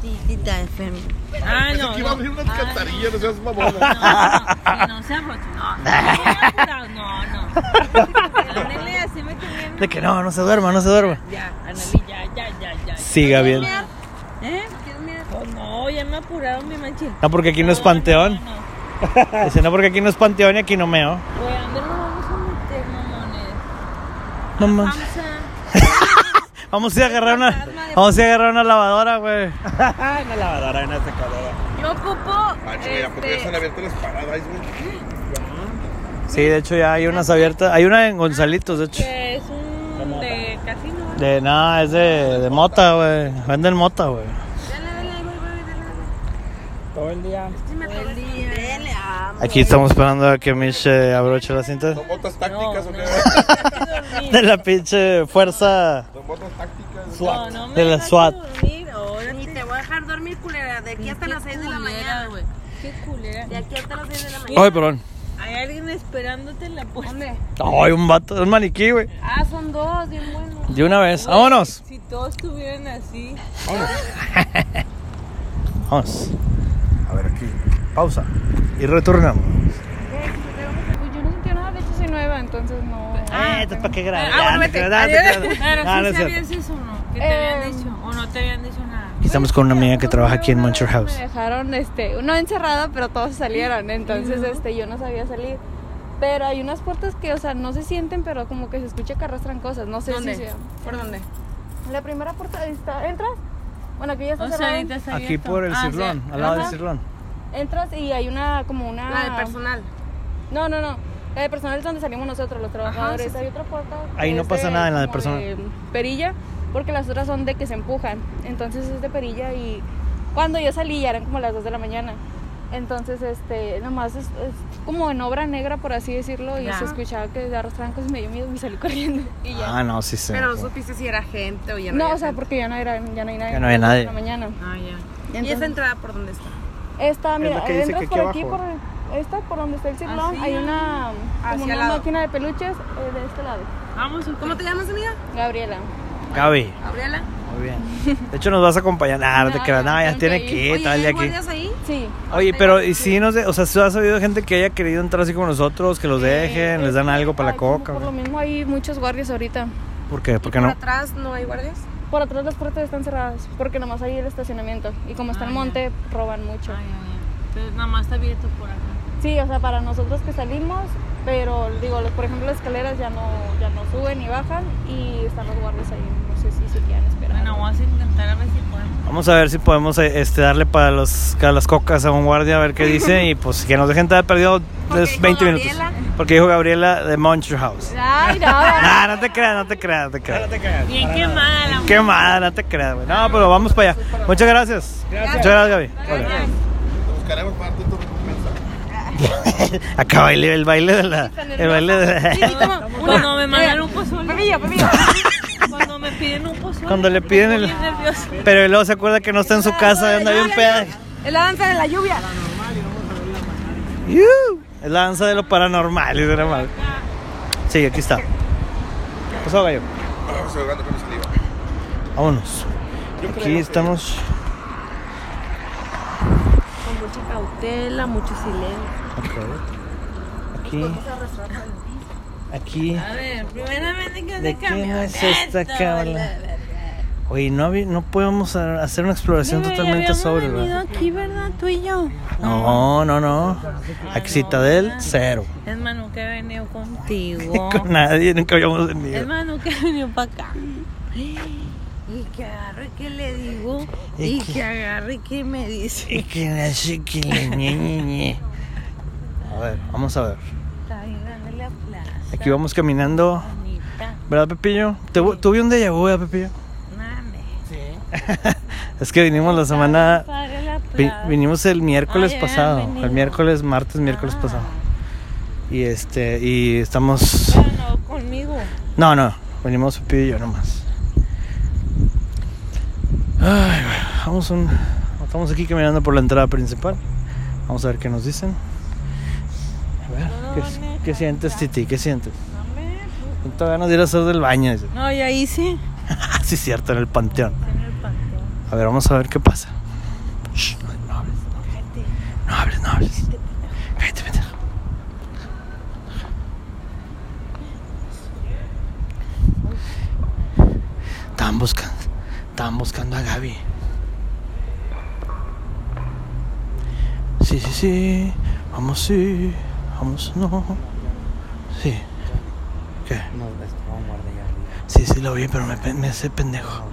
Speaker 9: Titita enferma. Ah, no.
Speaker 7: Aquí
Speaker 9: no.
Speaker 7: va a abrir una alcantarilla, no seas
Speaker 9: No,
Speaker 7: mamona.
Speaker 9: no, no, no se abroche. No, no, no, no. Ándale, así me tenían.
Speaker 1: De que no, no se duerma, no se duerma.
Speaker 9: Ya, Anali, ya, ya, ya, ya.
Speaker 1: Siga bien.
Speaker 9: ¿Eh? Pues no, ya me apuraron mi manchín.
Speaker 1: No, porque aquí no es panteón. Dice, no, porque aquí no es panteón y aquí no meo.
Speaker 9: Güey, ¿a dónde nos vamos a meter, mamones?
Speaker 1: No mames.
Speaker 9: Vamos a...
Speaker 1: Vamos a ir a agarrar una. Vamos a ir a agarrar una lavadora, güey. una lavadora, una secadora.
Speaker 9: Yo ocupo...
Speaker 7: Ah, chico, ya, porque
Speaker 5: Este,
Speaker 7: ya están abiertas las paradas, güey.
Speaker 1: Sí, de hecho ya hay unas abiertas. Hay una en Gonzalitos, de hecho.
Speaker 9: Ah, Que es un... de casino. ¿verdad?
Speaker 1: De nada, es de, de mota, güey. Venden mota, güey.
Speaker 9: Dale, dale, dale, dale, dale,
Speaker 11: Todo el día.
Speaker 9: dale. Dale, amo.
Speaker 1: Aquí estamos esperando a que Mish eh, abroche la cinta.
Speaker 7: Son botas tácticas, ¿o qué?
Speaker 1: De la pinche fuerza
Speaker 7: Son botas tácticas.
Speaker 9: No, no me
Speaker 1: de la
Speaker 9: dejas
Speaker 1: SWAT.
Speaker 9: dormir, ahora
Speaker 5: Ni
Speaker 9: te-
Speaker 5: te voy a dejar dormir, culera. De aquí hasta
Speaker 9: Pues Qué
Speaker 5: las 6 de la
Speaker 9: culera,
Speaker 5: mañana.
Speaker 9: güey. Qué culera.
Speaker 5: De aquí hasta las 6 de la mañana.
Speaker 1: Ay, perdón.
Speaker 9: Hay alguien esperándote en la puerta.
Speaker 1: Ay, un vato, un maniquí, güey.
Speaker 5: Ah, son dos, bien buenos.
Speaker 1: De una vez. Vámonos.
Speaker 9: Si todos estuvieran así.
Speaker 1: Vamos. A ver aquí. Pausa. Y retornamos.
Speaker 12: Pues yo no sentía nada, de hecho soy nueva, entonces no.
Speaker 1: Ah, ¿esto para qué grabar?
Speaker 9: Ah, bueno, vete. Adiós. Pero
Speaker 1: Ah, no
Speaker 9: sí
Speaker 1: es cierto.
Speaker 9: sabías eso o no, que te
Speaker 12: Eh,
Speaker 9: habían dicho, o no te habían dicho nada.
Speaker 1: Aquí estamos con una amiga que trabaja aquí en Muncher House.
Speaker 12: Me dejaron, este, no encerrada, pero todos salieron, entonces, este, yo no sabía salir. Pero hay unas puertas que, o sea, no se sienten, pero como que se escucha que arrastran cosas, no sé
Speaker 5: ¿Dónde?
Speaker 12: si sea.
Speaker 5: ¿Por dónde?
Speaker 12: La primera puerta está, entras, bueno, que ya está
Speaker 9: O sea,
Speaker 12: cerrada.
Speaker 9: ahorita está
Speaker 1: Aquí
Speaker 9: abierto.
Speaker 1: por el
Speaker 9: Ah, sí.
Speaker 1: cirlón, al lado del
Speaker 12: Ajá.
Speaker 1: cirlón.
Speaker 12: Entras y hay una, como una...
Speaker 5: La
Speaker 9: Ah.
Speaker 5: del personal.
Speaker 12: No, no, no. La de personal es donde salimos nosotros, los trabajadores. Hay otra puerta. que
Speaker 1: Ahí no
Speaker 12: es
Speaker 1: pasa nada en la de
Speaker 12: como
Speaker 1: personal.
Speaker 12: perilla, porque las otras son de que se empujan. Entonces es de perilla y cuando yo salí ya eran como las 2 de la mañana. Entonces, este, nomás es, es como en obra negra, por así decirlo, y
Speaker 5: Ya.
Speaker 12: se escuchaba que se arrastraban cosas y me dio miedo y salí corriendo. Y ya.
Speaker 1: Ah, no, sí, sí.
Speaker 5: Pero no supiste si era gente o ya no.
Speaker 12: no,
Speaker 5: había
Speaker 12: o sea,
Speaker 5: gente.
Speaker 12: porque ya no, era, ya no hay nadie.
Speaker 1: Ya no había
Speaker 12: a las dos
Speaker 1: nadie.
Speaker 12: de la mañana.
Speaker 5: Ah, ya. ¿Y
Speaker 12: Entonces-
Speaker 5: esa entrada por dónde está?
Speaker 12: Esta,
Speaker 7: Es
Speaker 12: mira,
Speaker 7: la que dice
Speaker 12: entras
Speaker 7: que
Speaker 12: por
Speaker 7: aquí
Speaker 12: aquí, por,
Speaker 7: abajo.
Speaker 4: esta, por donde está el cirlón,
Speaker 12: Ah,
Speaker 9: Así,
Speaker 4: hay una, como
Speaker 5: Hacia
Speaker 4: una
Speaker 5: el lado.
Speaker 4: máquina de peluches eh, de este lado.
Speaker 9: Vamos,
Speaker 5: ¿Cómo te llamas, amiga?
Speaker 4: Gabriela.
Speaker 1: Gaby,
Speaker 9: Gabriela.
Speaker 1: muy bien. De hecho, nos vas a acompañar. Ah, no te
Speaker 4: No,
Speaker 1: creas, nada, ya
Speaker 4: tengo
Speaker 1: tiene
Speaker 4: que
Speaker 1: que
Speaker 5: Oye,
Speaker 1: ir, tal,
Speaker 5: ¿hay
Speaker 1: ya que.
Speaker 5: guardias ahí?
Speaker 4: Sí.
Speaker 1: Oye, pero y si no sé, o sea, ¿tú has sabido gente que haya querido entrar así como nosotros, que los dejen, les dan algo para la
Speaker 4: Ay, como
Speaker 1: coca?
Speaker 4: Por lo
Speaker 1: o-
Speaker 4: mismo hay muchos guardias ahorita.
Speaker 1: ¿Por qué? ¿Por qué
Speaker 5: ¿Por
Speaker 1: no?
Speaker 5: atrás no hay guardias?
Speaker 4: Por atrás las puertas están cerradas, porque nomás hay el estacionamiento. Y como está
Speaker 9: Ah,
Speaker 4: el
Speaker 9: ya. Ah,
Speaker 4: monte, roban mucho.
Speaker 9: Ay, ay, ay. Entonces Pues nada más está abierto por acá.
Speaker 4: Sí, o sea, para nosotros que salimos, pero digo, los- por ejemplo, las escaleras ya no, ya no suben y bajan y están los guardias ahí, no sé si se quieran esperar.
Speaker 9: Bueno, vamos a intentar a ver si podemos.
Speaker 1: Vamos a ver si podemos eh, este, darle para los, para las cocas a un guardia a ver qué dice y pues que nos dejen estar perdido
Speaker 5: Porque
Speaker 1: los
Speaker 5: dijo
Speaker 1: 20
Speaker 5: Gabriela.
Speaker 1: minutos. Porque dijo Gabriela de Monster House.
Speaker 4: Ay, no,
Speaker 1: Nah, no te creas, no te creas, no te creas.
Speaker 9: Bien quemada la
Speaker 1: Qué mal, no te creas, güey. No, pero vamos para allá. Muchas gracias. Muchas gracias, Gaby. Vale.
Speaker 7: Buscaremos parte de tu recompensa.
Speaker 1: Acá baile el baile de la. El baile de la-
Speaker 9: Cuando me mandan un pozole.
Speaker 5: Pepillo, Pepillo.
Speaker 9: Cuando me piden un pozole.
Speaker 1: Cuando le piden el.
Speaker 9: Estoy bien nerviosa.
Speaker 1: Pero luego se acuerda que no está en su casa y anda bien peda.
Speaker 5: Es la danza de la lluvia.
Speaker 1: ¡Yu! Es la danza de lo paranormal, es de mal. Sí, aquí está. Pasó, gallo.
Speaker 7: Estoy ahogando con mi saliva.
Speaker 1: Vámonos. Aquí estamos.
Speaker 9: Con mucha cautela, mucho silencio.
Speaker 1: Aquí. Aquí.
Speaker 9: A ver, primeramente que
Speaker 1: ¿De
Speaker 9: se
Speaker 1: quién
Speaker 9: cambia.
Speaker 1: es esta cabla? Oye, no, habí- no podemos a- hacer una exploración totalmente sobre,
Speaker 9: venido
Speaker 1: ¿verdad?
Speaker 9: aquí, ¿verdad? Tú y yo.
Speaker 1: No, no, no. Aquí Citadel, cero.
Speaker 9: Es Manu que he venido contigo.
Speaker 1: Con nadie, nunca habíamos
Speaker 9: Es
Speaker 1: venido.
Speaker 9: Manu que he venido para acá. Y que agarre que le digo.
Speaker 1: ¿Y
Speaker 9: Y
Speaker 1: qué?
Speaker 9: que agarre que me dice.
Speaker 1: Y que la chiqui, ñe, ñe, ñe. A ver, vamos a ver.
Speaker 9: Está bien grande la plaza.
Speaker 1: Aquí vamos caminando.
Speaker 9: Bonita.
Speaker 1: ¿Verdad, Pepillo? Te- Tuve un déjà vu, ¿verdad, Pepillo?
Speaker 9: Mame.
Speaker 1: Es que vinimos la semana.
Speaker 9: Padre la
Speaker 1: vi-
Speaker 9: plaza.
Speaker 1: vinimos el miércoles
Speaker 9: Ah, ya habían
Speaker 1: pasado.
Speaker 9: venido.
Speaker 1: El miércoles, martes, miércoles
Speaker 9: Ah.
Speaker 1: pasado. Y este, y estamos.
Speaker 9: Pero no conmigo.
Speaker 1: No, no, venimos Pepillo y yo nomás. Ay, güey, vamos un. Estamos aquí caminando por la entrada principal. Vamos a ver qué nos dicen. A ver, ¿qué, qué sientes, Titi? ¿Qué sientes?
Speaker 9: Mame.
Speaker 1: Tengo ganas de ir a hacer del baño. dice.
Speaker 9: No, ya hice.
Speaker 1: Ah, sí, cierto, en el panteón.
Speaker 9: En el panteón.
Speaker 1: A ver, vamos a ver qué pasa. Shh, no, no hables. No hables, no hables. Cállate, pendejo. Estaban buscando, estaban buscando a Gaby. Sí, sí, sí. Vamos, sí. Vamos, no. Sí. ¿Qué?
Speaker 3: No, estaba un guardia allá arriba.
Speaker 1: Sí, sí, lo vi, pero me, pe- me hace pendejo.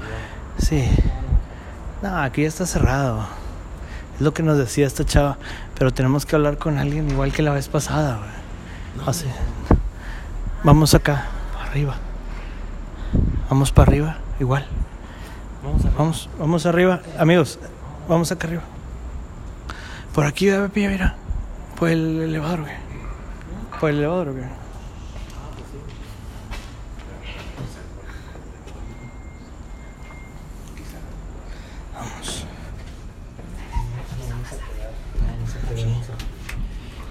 Speaker 1: Sí. No, aquí ya está cerrado. Es lo que nos decía esta chava. Pero tenemos que hablar con alguien igual que la vez pasada, güey. Así. Vamos acá, para arriba. Vamos para arriba, igual.
Speaker 3: Vamos a ver.
Speaker 1: Vamos, vamos arriba. Amigos, vamos acá arriba. Por aquí, ve, Pepillo, mira. Por el elevador, güey. Por el elevador, güey. Vamos. Aquí.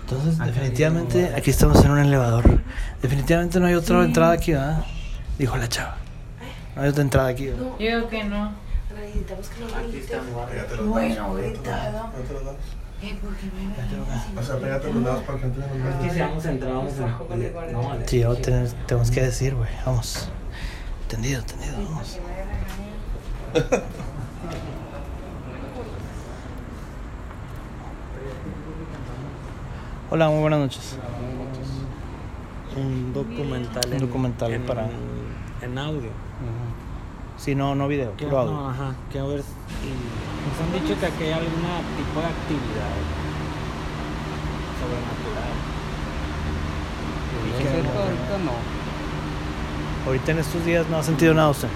Speaker 1: Entonces, definitivamente, aquí estamos en un elevador. Definitivamente no hay otra entrada aquí, ¿verdad? Dijo la chava. No hay otra entrada aquí, ¿verdad?
Speaker 9: Yo digo que no.
Speaker 7: O sea, pégate los lados para que entren los
Speaker 3: Aquí si vamos a entrar, vamos a. No,
Speaker 1: Sí, yo te- tenemos que decir, güey. Vamos. Tendido, tendido, vamos. Hola, muy buenas noches.
Speaker 3: un documental.
Speaker 1: Un documental para-
Speaker 3: En audio.
Speaker 1: Sí, no, no video,
Speaker 3: Que-
Speaker 1: lo
Speaker 3: No,
Speaker 1: hago.
Speaker 3: ajá. Quiero ver. si- Nos han dicho que aquí hay algún tipo de actividad sobrenatural. Y que-
Speaker 1: Ahorita en estos días no ha sentido nada usted.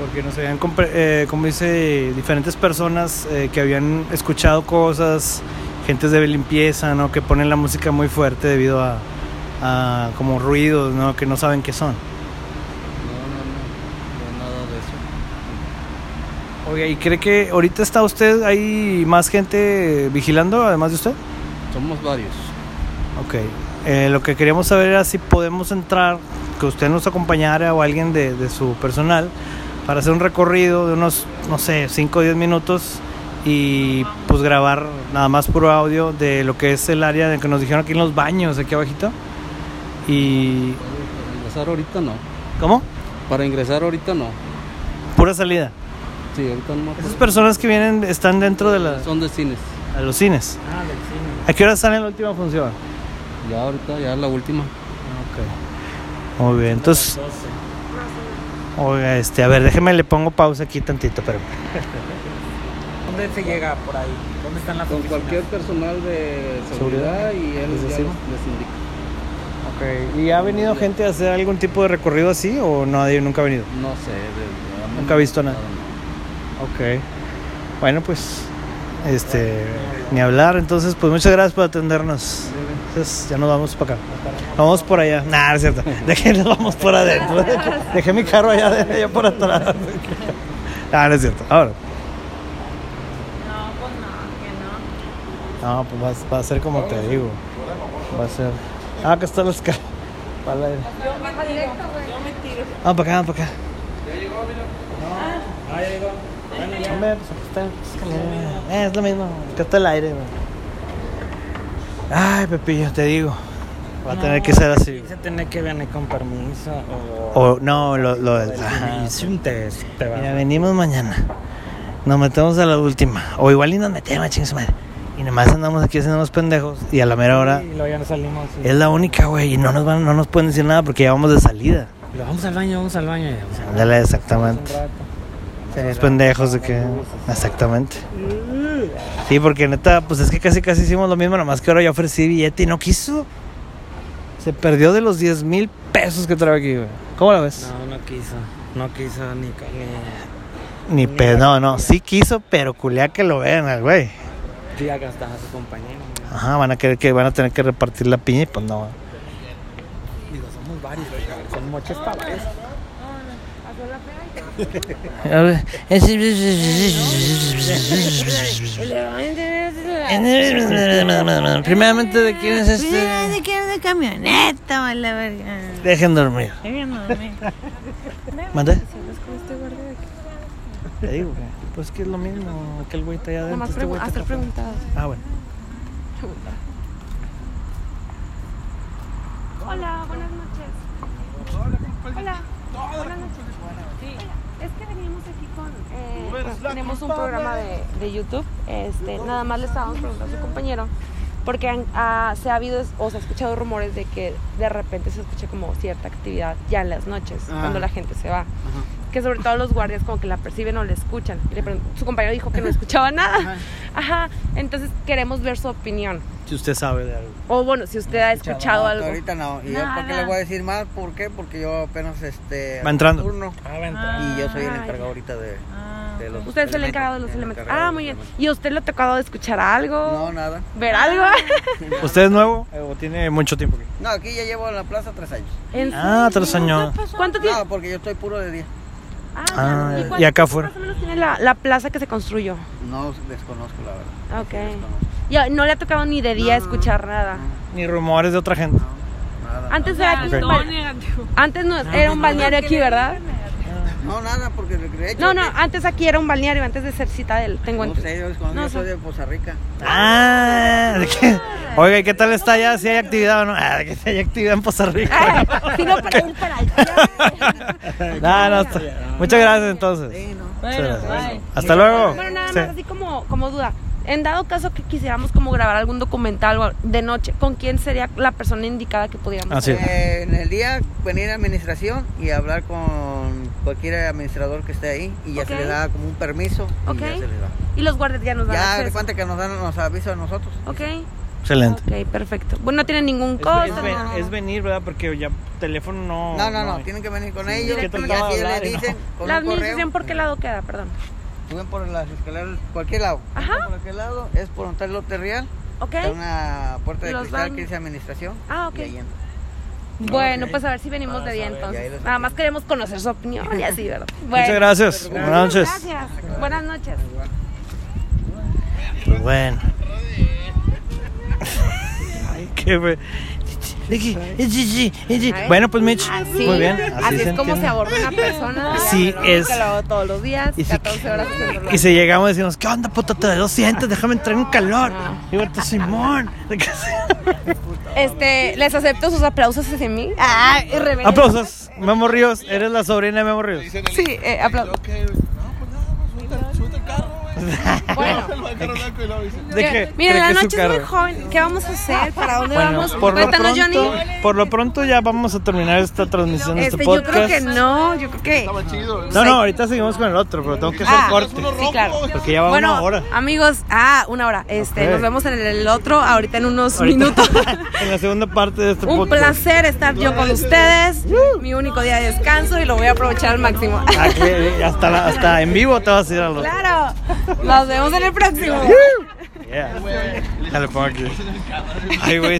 Speaker 1: Porque nos habían, compre- eh, como dice, diferentes personas eh, que habían escuchado cosas, gentes de limpieza, ¿no? Que ponen la música muy fuerte debido a, a como ruidos, ¿no? Que no saben qué son.
Speaker 3: No, no, no, no, nada
Speaker 1: Oiga,
Speaker 3: de eso.
Speaker 1: ¿y cree que ahorita está usted ahí más gente vigilando además de usted?
Speaker 13: Somos varios.
Speaker 1: Ok. Eh, lo que queríamos saber era si podemos entrar, que usted nos acompañara o alguien de, de su personal, para hacer un recorrido de unos, no sé, 5 o 10 minutos y pues grabar nada más puro audio de lo que es el área de que nos dijeron aquí en los baños, aquí abajito. Y...
Speaker 13: Para ingresar ahorita no.
Speaker 1: ¿Cómo?
Speaker 13: Para ingresar ahorita no.
Speaker 1: Pura salida.
Speaker 13: Sí, ahorita no.
Speaker 1: Esas personas que vienen están dentro de la,
Speaker 13: Son de cines.
Speaker 1: a los cines.
Speaker 10: Ah, del cine.
Speaker 1: ¿A qué hora sale la última función?
Speaker 13: Ya ahorita, ya la última.
Speaker 1: Muy bien, entonces,
Speaker 10: 12.
Speaker 1: oiga, este, a ver, déjeme le pongo pausa aquí tantito, pero
Speaker 10: ¿Dónde se llega por ahí? ¿Dónde están las
Speaker 13: Con
Speaker 10: oficinas?
Speaker 13: cualquier personal de seguridad, y él
Speaker 1: ¿Les
Speaker 13: ya les
Speaker 1: decimos?
Speaker 13: indica.
Speaker 1: Ok, ¿y ha venido gente a hacer algún tipo de recorrido así o nadie nunca ha venido?
Speaker 13: No sé. de- de-
Speaker 1: Nunca he visto nada. Ok. Bueno, pues este ni hablar, entonces pues muchas gracias por atendernos. Entonces ya nos vamos para acá. Vamos por allá. Nah, no es cierto. Dejé, nos vamos por adentro. Dejé mi carro allá, de- allá por atrás. Ah, no es cierto. Ahora.
Speaker 9: No, pues no,
Speaker 1: No, pues va, va a ser como te digo. Va a ser. Ah, acá están las caras.
Speaker 9: que no. Yo me tiro.
Speaker 1: Ah, para acá, para acá.
Speaker 9: Ah.
Speaker 1: Ah, Ya llegó, mira. No, ah, ya llegó. Hombre, pues aquí está. pues, que le- Eh, es lo mismo. Acá está el aire, güey. Ay, Pepillo, te digo. Va a tener que ser así.
Speaker 10: Se tiene que venir con permiso o...
Speaker 1: O no, lo, lo del. Ajá.
Speaker 10: Hice un test, te va.
Speaker 1: Mira, venimos mañana. Nos metemos a la última. O igual y nos metemos, chingue su madre. Y nomás andamos aquí haciendo unos pendejos. Y a la mera hora
Speaker 10: Y luego ya nos salimos.
Speaker 3: Eh,
Speaker 10: y-
Speaker 1: es la única, güey. Y no nos, van, no nos pueden decir nada porque ya vamos de salida.
Speaker 10: Lo Vamos al baño, vamos al baño. y vamos al baño.
Speaker 1: Ándale, exactamente. Los pendejos de que. Exactamente. Sí, porque neta, pues es que casi casi hicimos lo mismo, nomás que ahora yo ofrecí billete y no quiso. Se perdió de los 10 mil pesos que traigo aquí, güey. ¿Cómo la ves?
Speaker 10: No, no quiso. No quiso ni... co- ni...
Speaker 1: Ni pedo, no, no. Sí quiso, pero culea que lo vean al güey.
Speaker 10: Sí, acá está a su compañero. mira.
Speaker 1: Ajá, van a querer que van a tener que repartir la piña y pues no.
Speaker 10: Digo, somos varios. pero Son muchos para varios.
Speaker 1: A ver. Primeramente, ¿de quién es
Speaker 9: Mira,
Speaker 1: este?
Speaker 9: se quiere de camioneta, a la verga.
Speaker 1: Dejen dormir.
Speaker 9: Ay, no, mira.
Speaker 1: ¿Mande? Te digo, güey. Pues que es lo mismo. Aquel güey está allá adentro.
Speaker 5: Nomás
Speaker 1: este güey está
Speaker 5: hacer
Speaker 1: acá afuera.
Speaker 5: preguntas.
Speaker 1: Ah, bueno.
Speaker 4: Hola, buenas noches. Hola, buenas noches. Hola, Es que venimos aquí con.
Speaker 5: Eh, pues, tenemos un programa de, de YouTube. Este, nada más le estábamos preguntando a su compañero. Porque han- ah, se ha habido es- o se ha escuchado rumores de que de repente se escucha como cierta actividad ya en las noches, cuando la gente se va. Que sobre todo los guardias como que la perciben o la escuchan. Y le pregun- su compañero dijo que no escuchaba nada. Ajá. Entonces queremos ver su opinión.
Speaker 1: Si usted sabe de algo.
Speaker 5: O bueno, si usted ha escuchado
Speaker 14: No,
Speaker 5: algo.
Speaker 14: Ahorita no. ¿Y yo por qué
Speaker 9: Nada.
Speaker 14: le voy a decir más? ¿Por qué? Porque yo apenas este.
Speaker 1: Va entrando.
Speaker 14: turno
Speaker 10: Ah, va a entrar.
Speaker 14: y yo soy el
Speaker 5: Ah,
Speaker 14: encargado ahorita de,
Speaker 9: Ah,
Speaker 14: de los.
Speaker 5: Usted es el
Speaker 14: elementos.
Speaker 5: encargado de los
Speaker 14: El
Speaker 5: elementos.
Speaker 14: encargado
Speaker 5: Ah,
Speaker 14: de
Speaker 5: muy
Speaker 14: los
Speaker 5: bien. ¿Y a usted le ha tocado escuchar algo?
Speaker 14: elementos. No, nada.
Speaker 5: ¿Ver algo?
Speaker 1: ¿Usted es nuevo eh, o tiene mucho tiempo aquí?
Speaker 14: No, aquí ya llevo en la plaza tres años.
Speaker 5: ¿En
Speaker 1: Ah, tres años.
Speaker 5: ¿Cuánto tiempo?
Speaker 14: No, porque yo estoy puro de día.
Speaker 1: Ah,
Speaker 5: ¿cuánto
Speaker 1: y acá
Speaker 5: más
Speaker 1: afuera.
Speaker 5: o menos tiene la, la plaza que se construyó? Ah,
Speaker 14: No desconozco la verdad.
Speaker 5: Ok.
Speaker 14: Sí, desconozco.
Speaker 5: Ya, no le ha tocado ni de día escuchar nada.
Speaker 1: Ni rumores de otra gente.
Speaker 14: Nada.
Speaker 5: Antes era aquí un
Speaker 9: todo
Speaker 5: ba-
Speaker 9: negativo.
Speaker 5: Antes no, era un balneario aquí, ¿verdad?
Speaker 14: No, nada, porque de hecho,
Speaker 5: No, no, antes aquí era un balneario, antes de ser Citadel, tengo
Speaker 14: No
Speaker 5: entendido.
Speaker 14: sé, yo desconozco.
Speaker 5: No,
Speaker 14: yo soy
Speaker 5: sí.
Speaker 14: de Poza Rica.
Speaker 1: Ah, ¿de qué? Oiga, ¿y qué tal está allá? ¿Si hay actividad o no? Ah, de que si hay actividad en Poza Rica.
Speaker 5: Ah, Si no, para ir para allá.
Speaker 1: No, no, está- Muchas gracias entonces. Muchas
Speaker 9: Bueno,
Speaker 1: gracias.
Speaker 9: bye.
Speaker 1: Hasta luego.
Speaker 5: Bueno, nada
Speaker 1: Oh, Sí.
Speaker 5: más, así como, como duda. En dado caso que quisiéramos como grabar algún documental o de noche, ¿con quién sería la persona indicada que podíamos?
Speaker 1: Así es.
Speaker 14: Eh, en el día venir a administración y hablar con cualquier administrador que esté ahí y ya
Speaker 5: Ok.
Speaker 14: se le da como un permiso y
Speaker 5: Ok. Pues
Speaker 14: ya se le da.
Speaker 5: Y los guardias ya nos dan
Speaker 14: Ya de
Speaker 5: acceso.
Speaker 14: cuenta que nos dan nos aviso a nosotros.
Speaker 5: Ok,
Speaker 1: Excelente.
Speaker 5: ok, perfecto. Bueno, no tiene ningún
Speaker 1: Es,
Speaker 5: costo.
Speaker 1: es
Speaker 5: no,
Speaker 1: ven- es venir, ¿verdad? Porque ya teléfono no.
Speaker 14: No, no, no, tienen que venir con
Speaker 1: Sí,
Speaker 14: ellos
Speaker 1: que
Speaker 14: y
Speaker 1: trataba de
Speaker 14: así le
Speaker 1: hablar y no.
Speaker 14: dicen con
Speaker 5: La
Speaker 14: un correo.
Speaker 5: administración, ¿por qué lado queda? Perdón.
Speaker 14: Suben por las escaleras, cualquier lado.
Speaker 5: Ajá.
Speaker 14: Por aquel lado es por un tal lote real,
Speaker 5: Ok.
Speaker 14: está una puerta de
Speaker 5: Los
Speaker 14: cristal
Speaker 5: van-
Speaker 14: que dice administración.
Speaker 5: Ah,
Speaker 14: y
Speaker 5: ok.
Speaker 14: ahí entra.
Speaker 5: Bueno, pues a ver si venimos de día
Speaker 14: Y ahí
Speaker 5: entonces.
Speaker 14: los-
Speaker 5: Nada más queremos conocer su opinión y así, ¿verdad? Bueno,
Speaker 1: Muchas gracias. Buenas noches.
Speaker 5: Gracias. Buenas noches.
Speaker 1: Pues bueno. ¿Qué fue? Dije, eh, sí, sí, eh, sí. Bueno, pues Mitch,
Speaker 5: Así,
Speaker 1: muy bien.
Speaker 5: así es
Speaker 1: se
Speaker 5: como
Speaker 1: entiende.
Speaker 5: se aborda una persona.
Speaker 1: Así
Speaker 5: Yo creo
Speaker 1: es.
Speaker 5: que lo hago todos los días,
Speaker 1: Y si-
Speaker 5: 14 horas. haciéndolo.
Speaker 1: Y si llegamos y decimos, ¿qué onda, puta? Te doy
Speaker 5: Ah.
Speaker 1: 200, déjame entrar en calor. Y ahorita, Simón.
Speaker 5: Este, les acepto sus aplausos hacia mí. Ah, irreverente.
Speaker 1: Aplausos, Memo Ríos. Eres la sobrina de Memo Ríos.
Speaker 5: Sí, eh, aplausos.
Speaker 7: pues
Speaker 5: Bueno,
Speaker 1: ¿De qué?
Speaker 5: mira,
Speaker 1: ¿Cree que
Speaker 5: la
Speaker 1: es su
Speaker 5: noche es muy
Speaker 1: carro?
Speaker 5: joven. ¿Qué vamos a hacer? ¿Para dónde
Speaker 1: Bueno,
Speaker 5: vamos?
Speaker 1: por lo,
Speaker 5: Cuéntanos,
Speaker 1: pronto,
Speaker 5: Johnny.
Speaker 1: por lo pronto ya vamos a terminar esta transmisión de este,
Speaker 5: Este, yo
Speaker 1: podcast.
Speaker 5: creo que no, yo creo que.
Speaker 1: No, no, ahorita seguimos con el otro, pero tengo que hacer
Speaker 5: Ah,
Speaker 1: corte.
Speaker 5: sí, claro.
Speaker 1: Porque ya va
Speaker 5: bueno,
Speaker 1: una hora.
Speaker 5: amigos, ah, una hora. Este,
Speaker 1: Ok.
Speaker 5: nos vemos en el otro ahorita en unos
Speaker 1: Ahorita-
Speaker 5: minutos.
Speaker 1: En la segunda parte de este
Speaker 5: Un
Speaker 1: podcast.
Speaker 5: placer estar yo con ustedes. Mi único día de descanso y lo voy a aprovechar al máximo.
Speaker 1: Ah, que- Hasta, la- hasta en vivo te vas a ir al otro.
Speaker 5: Claro. Nos vemos en el próximo.
Speaker 1: Yeah. Ya le pongo aquí. Ay, güey.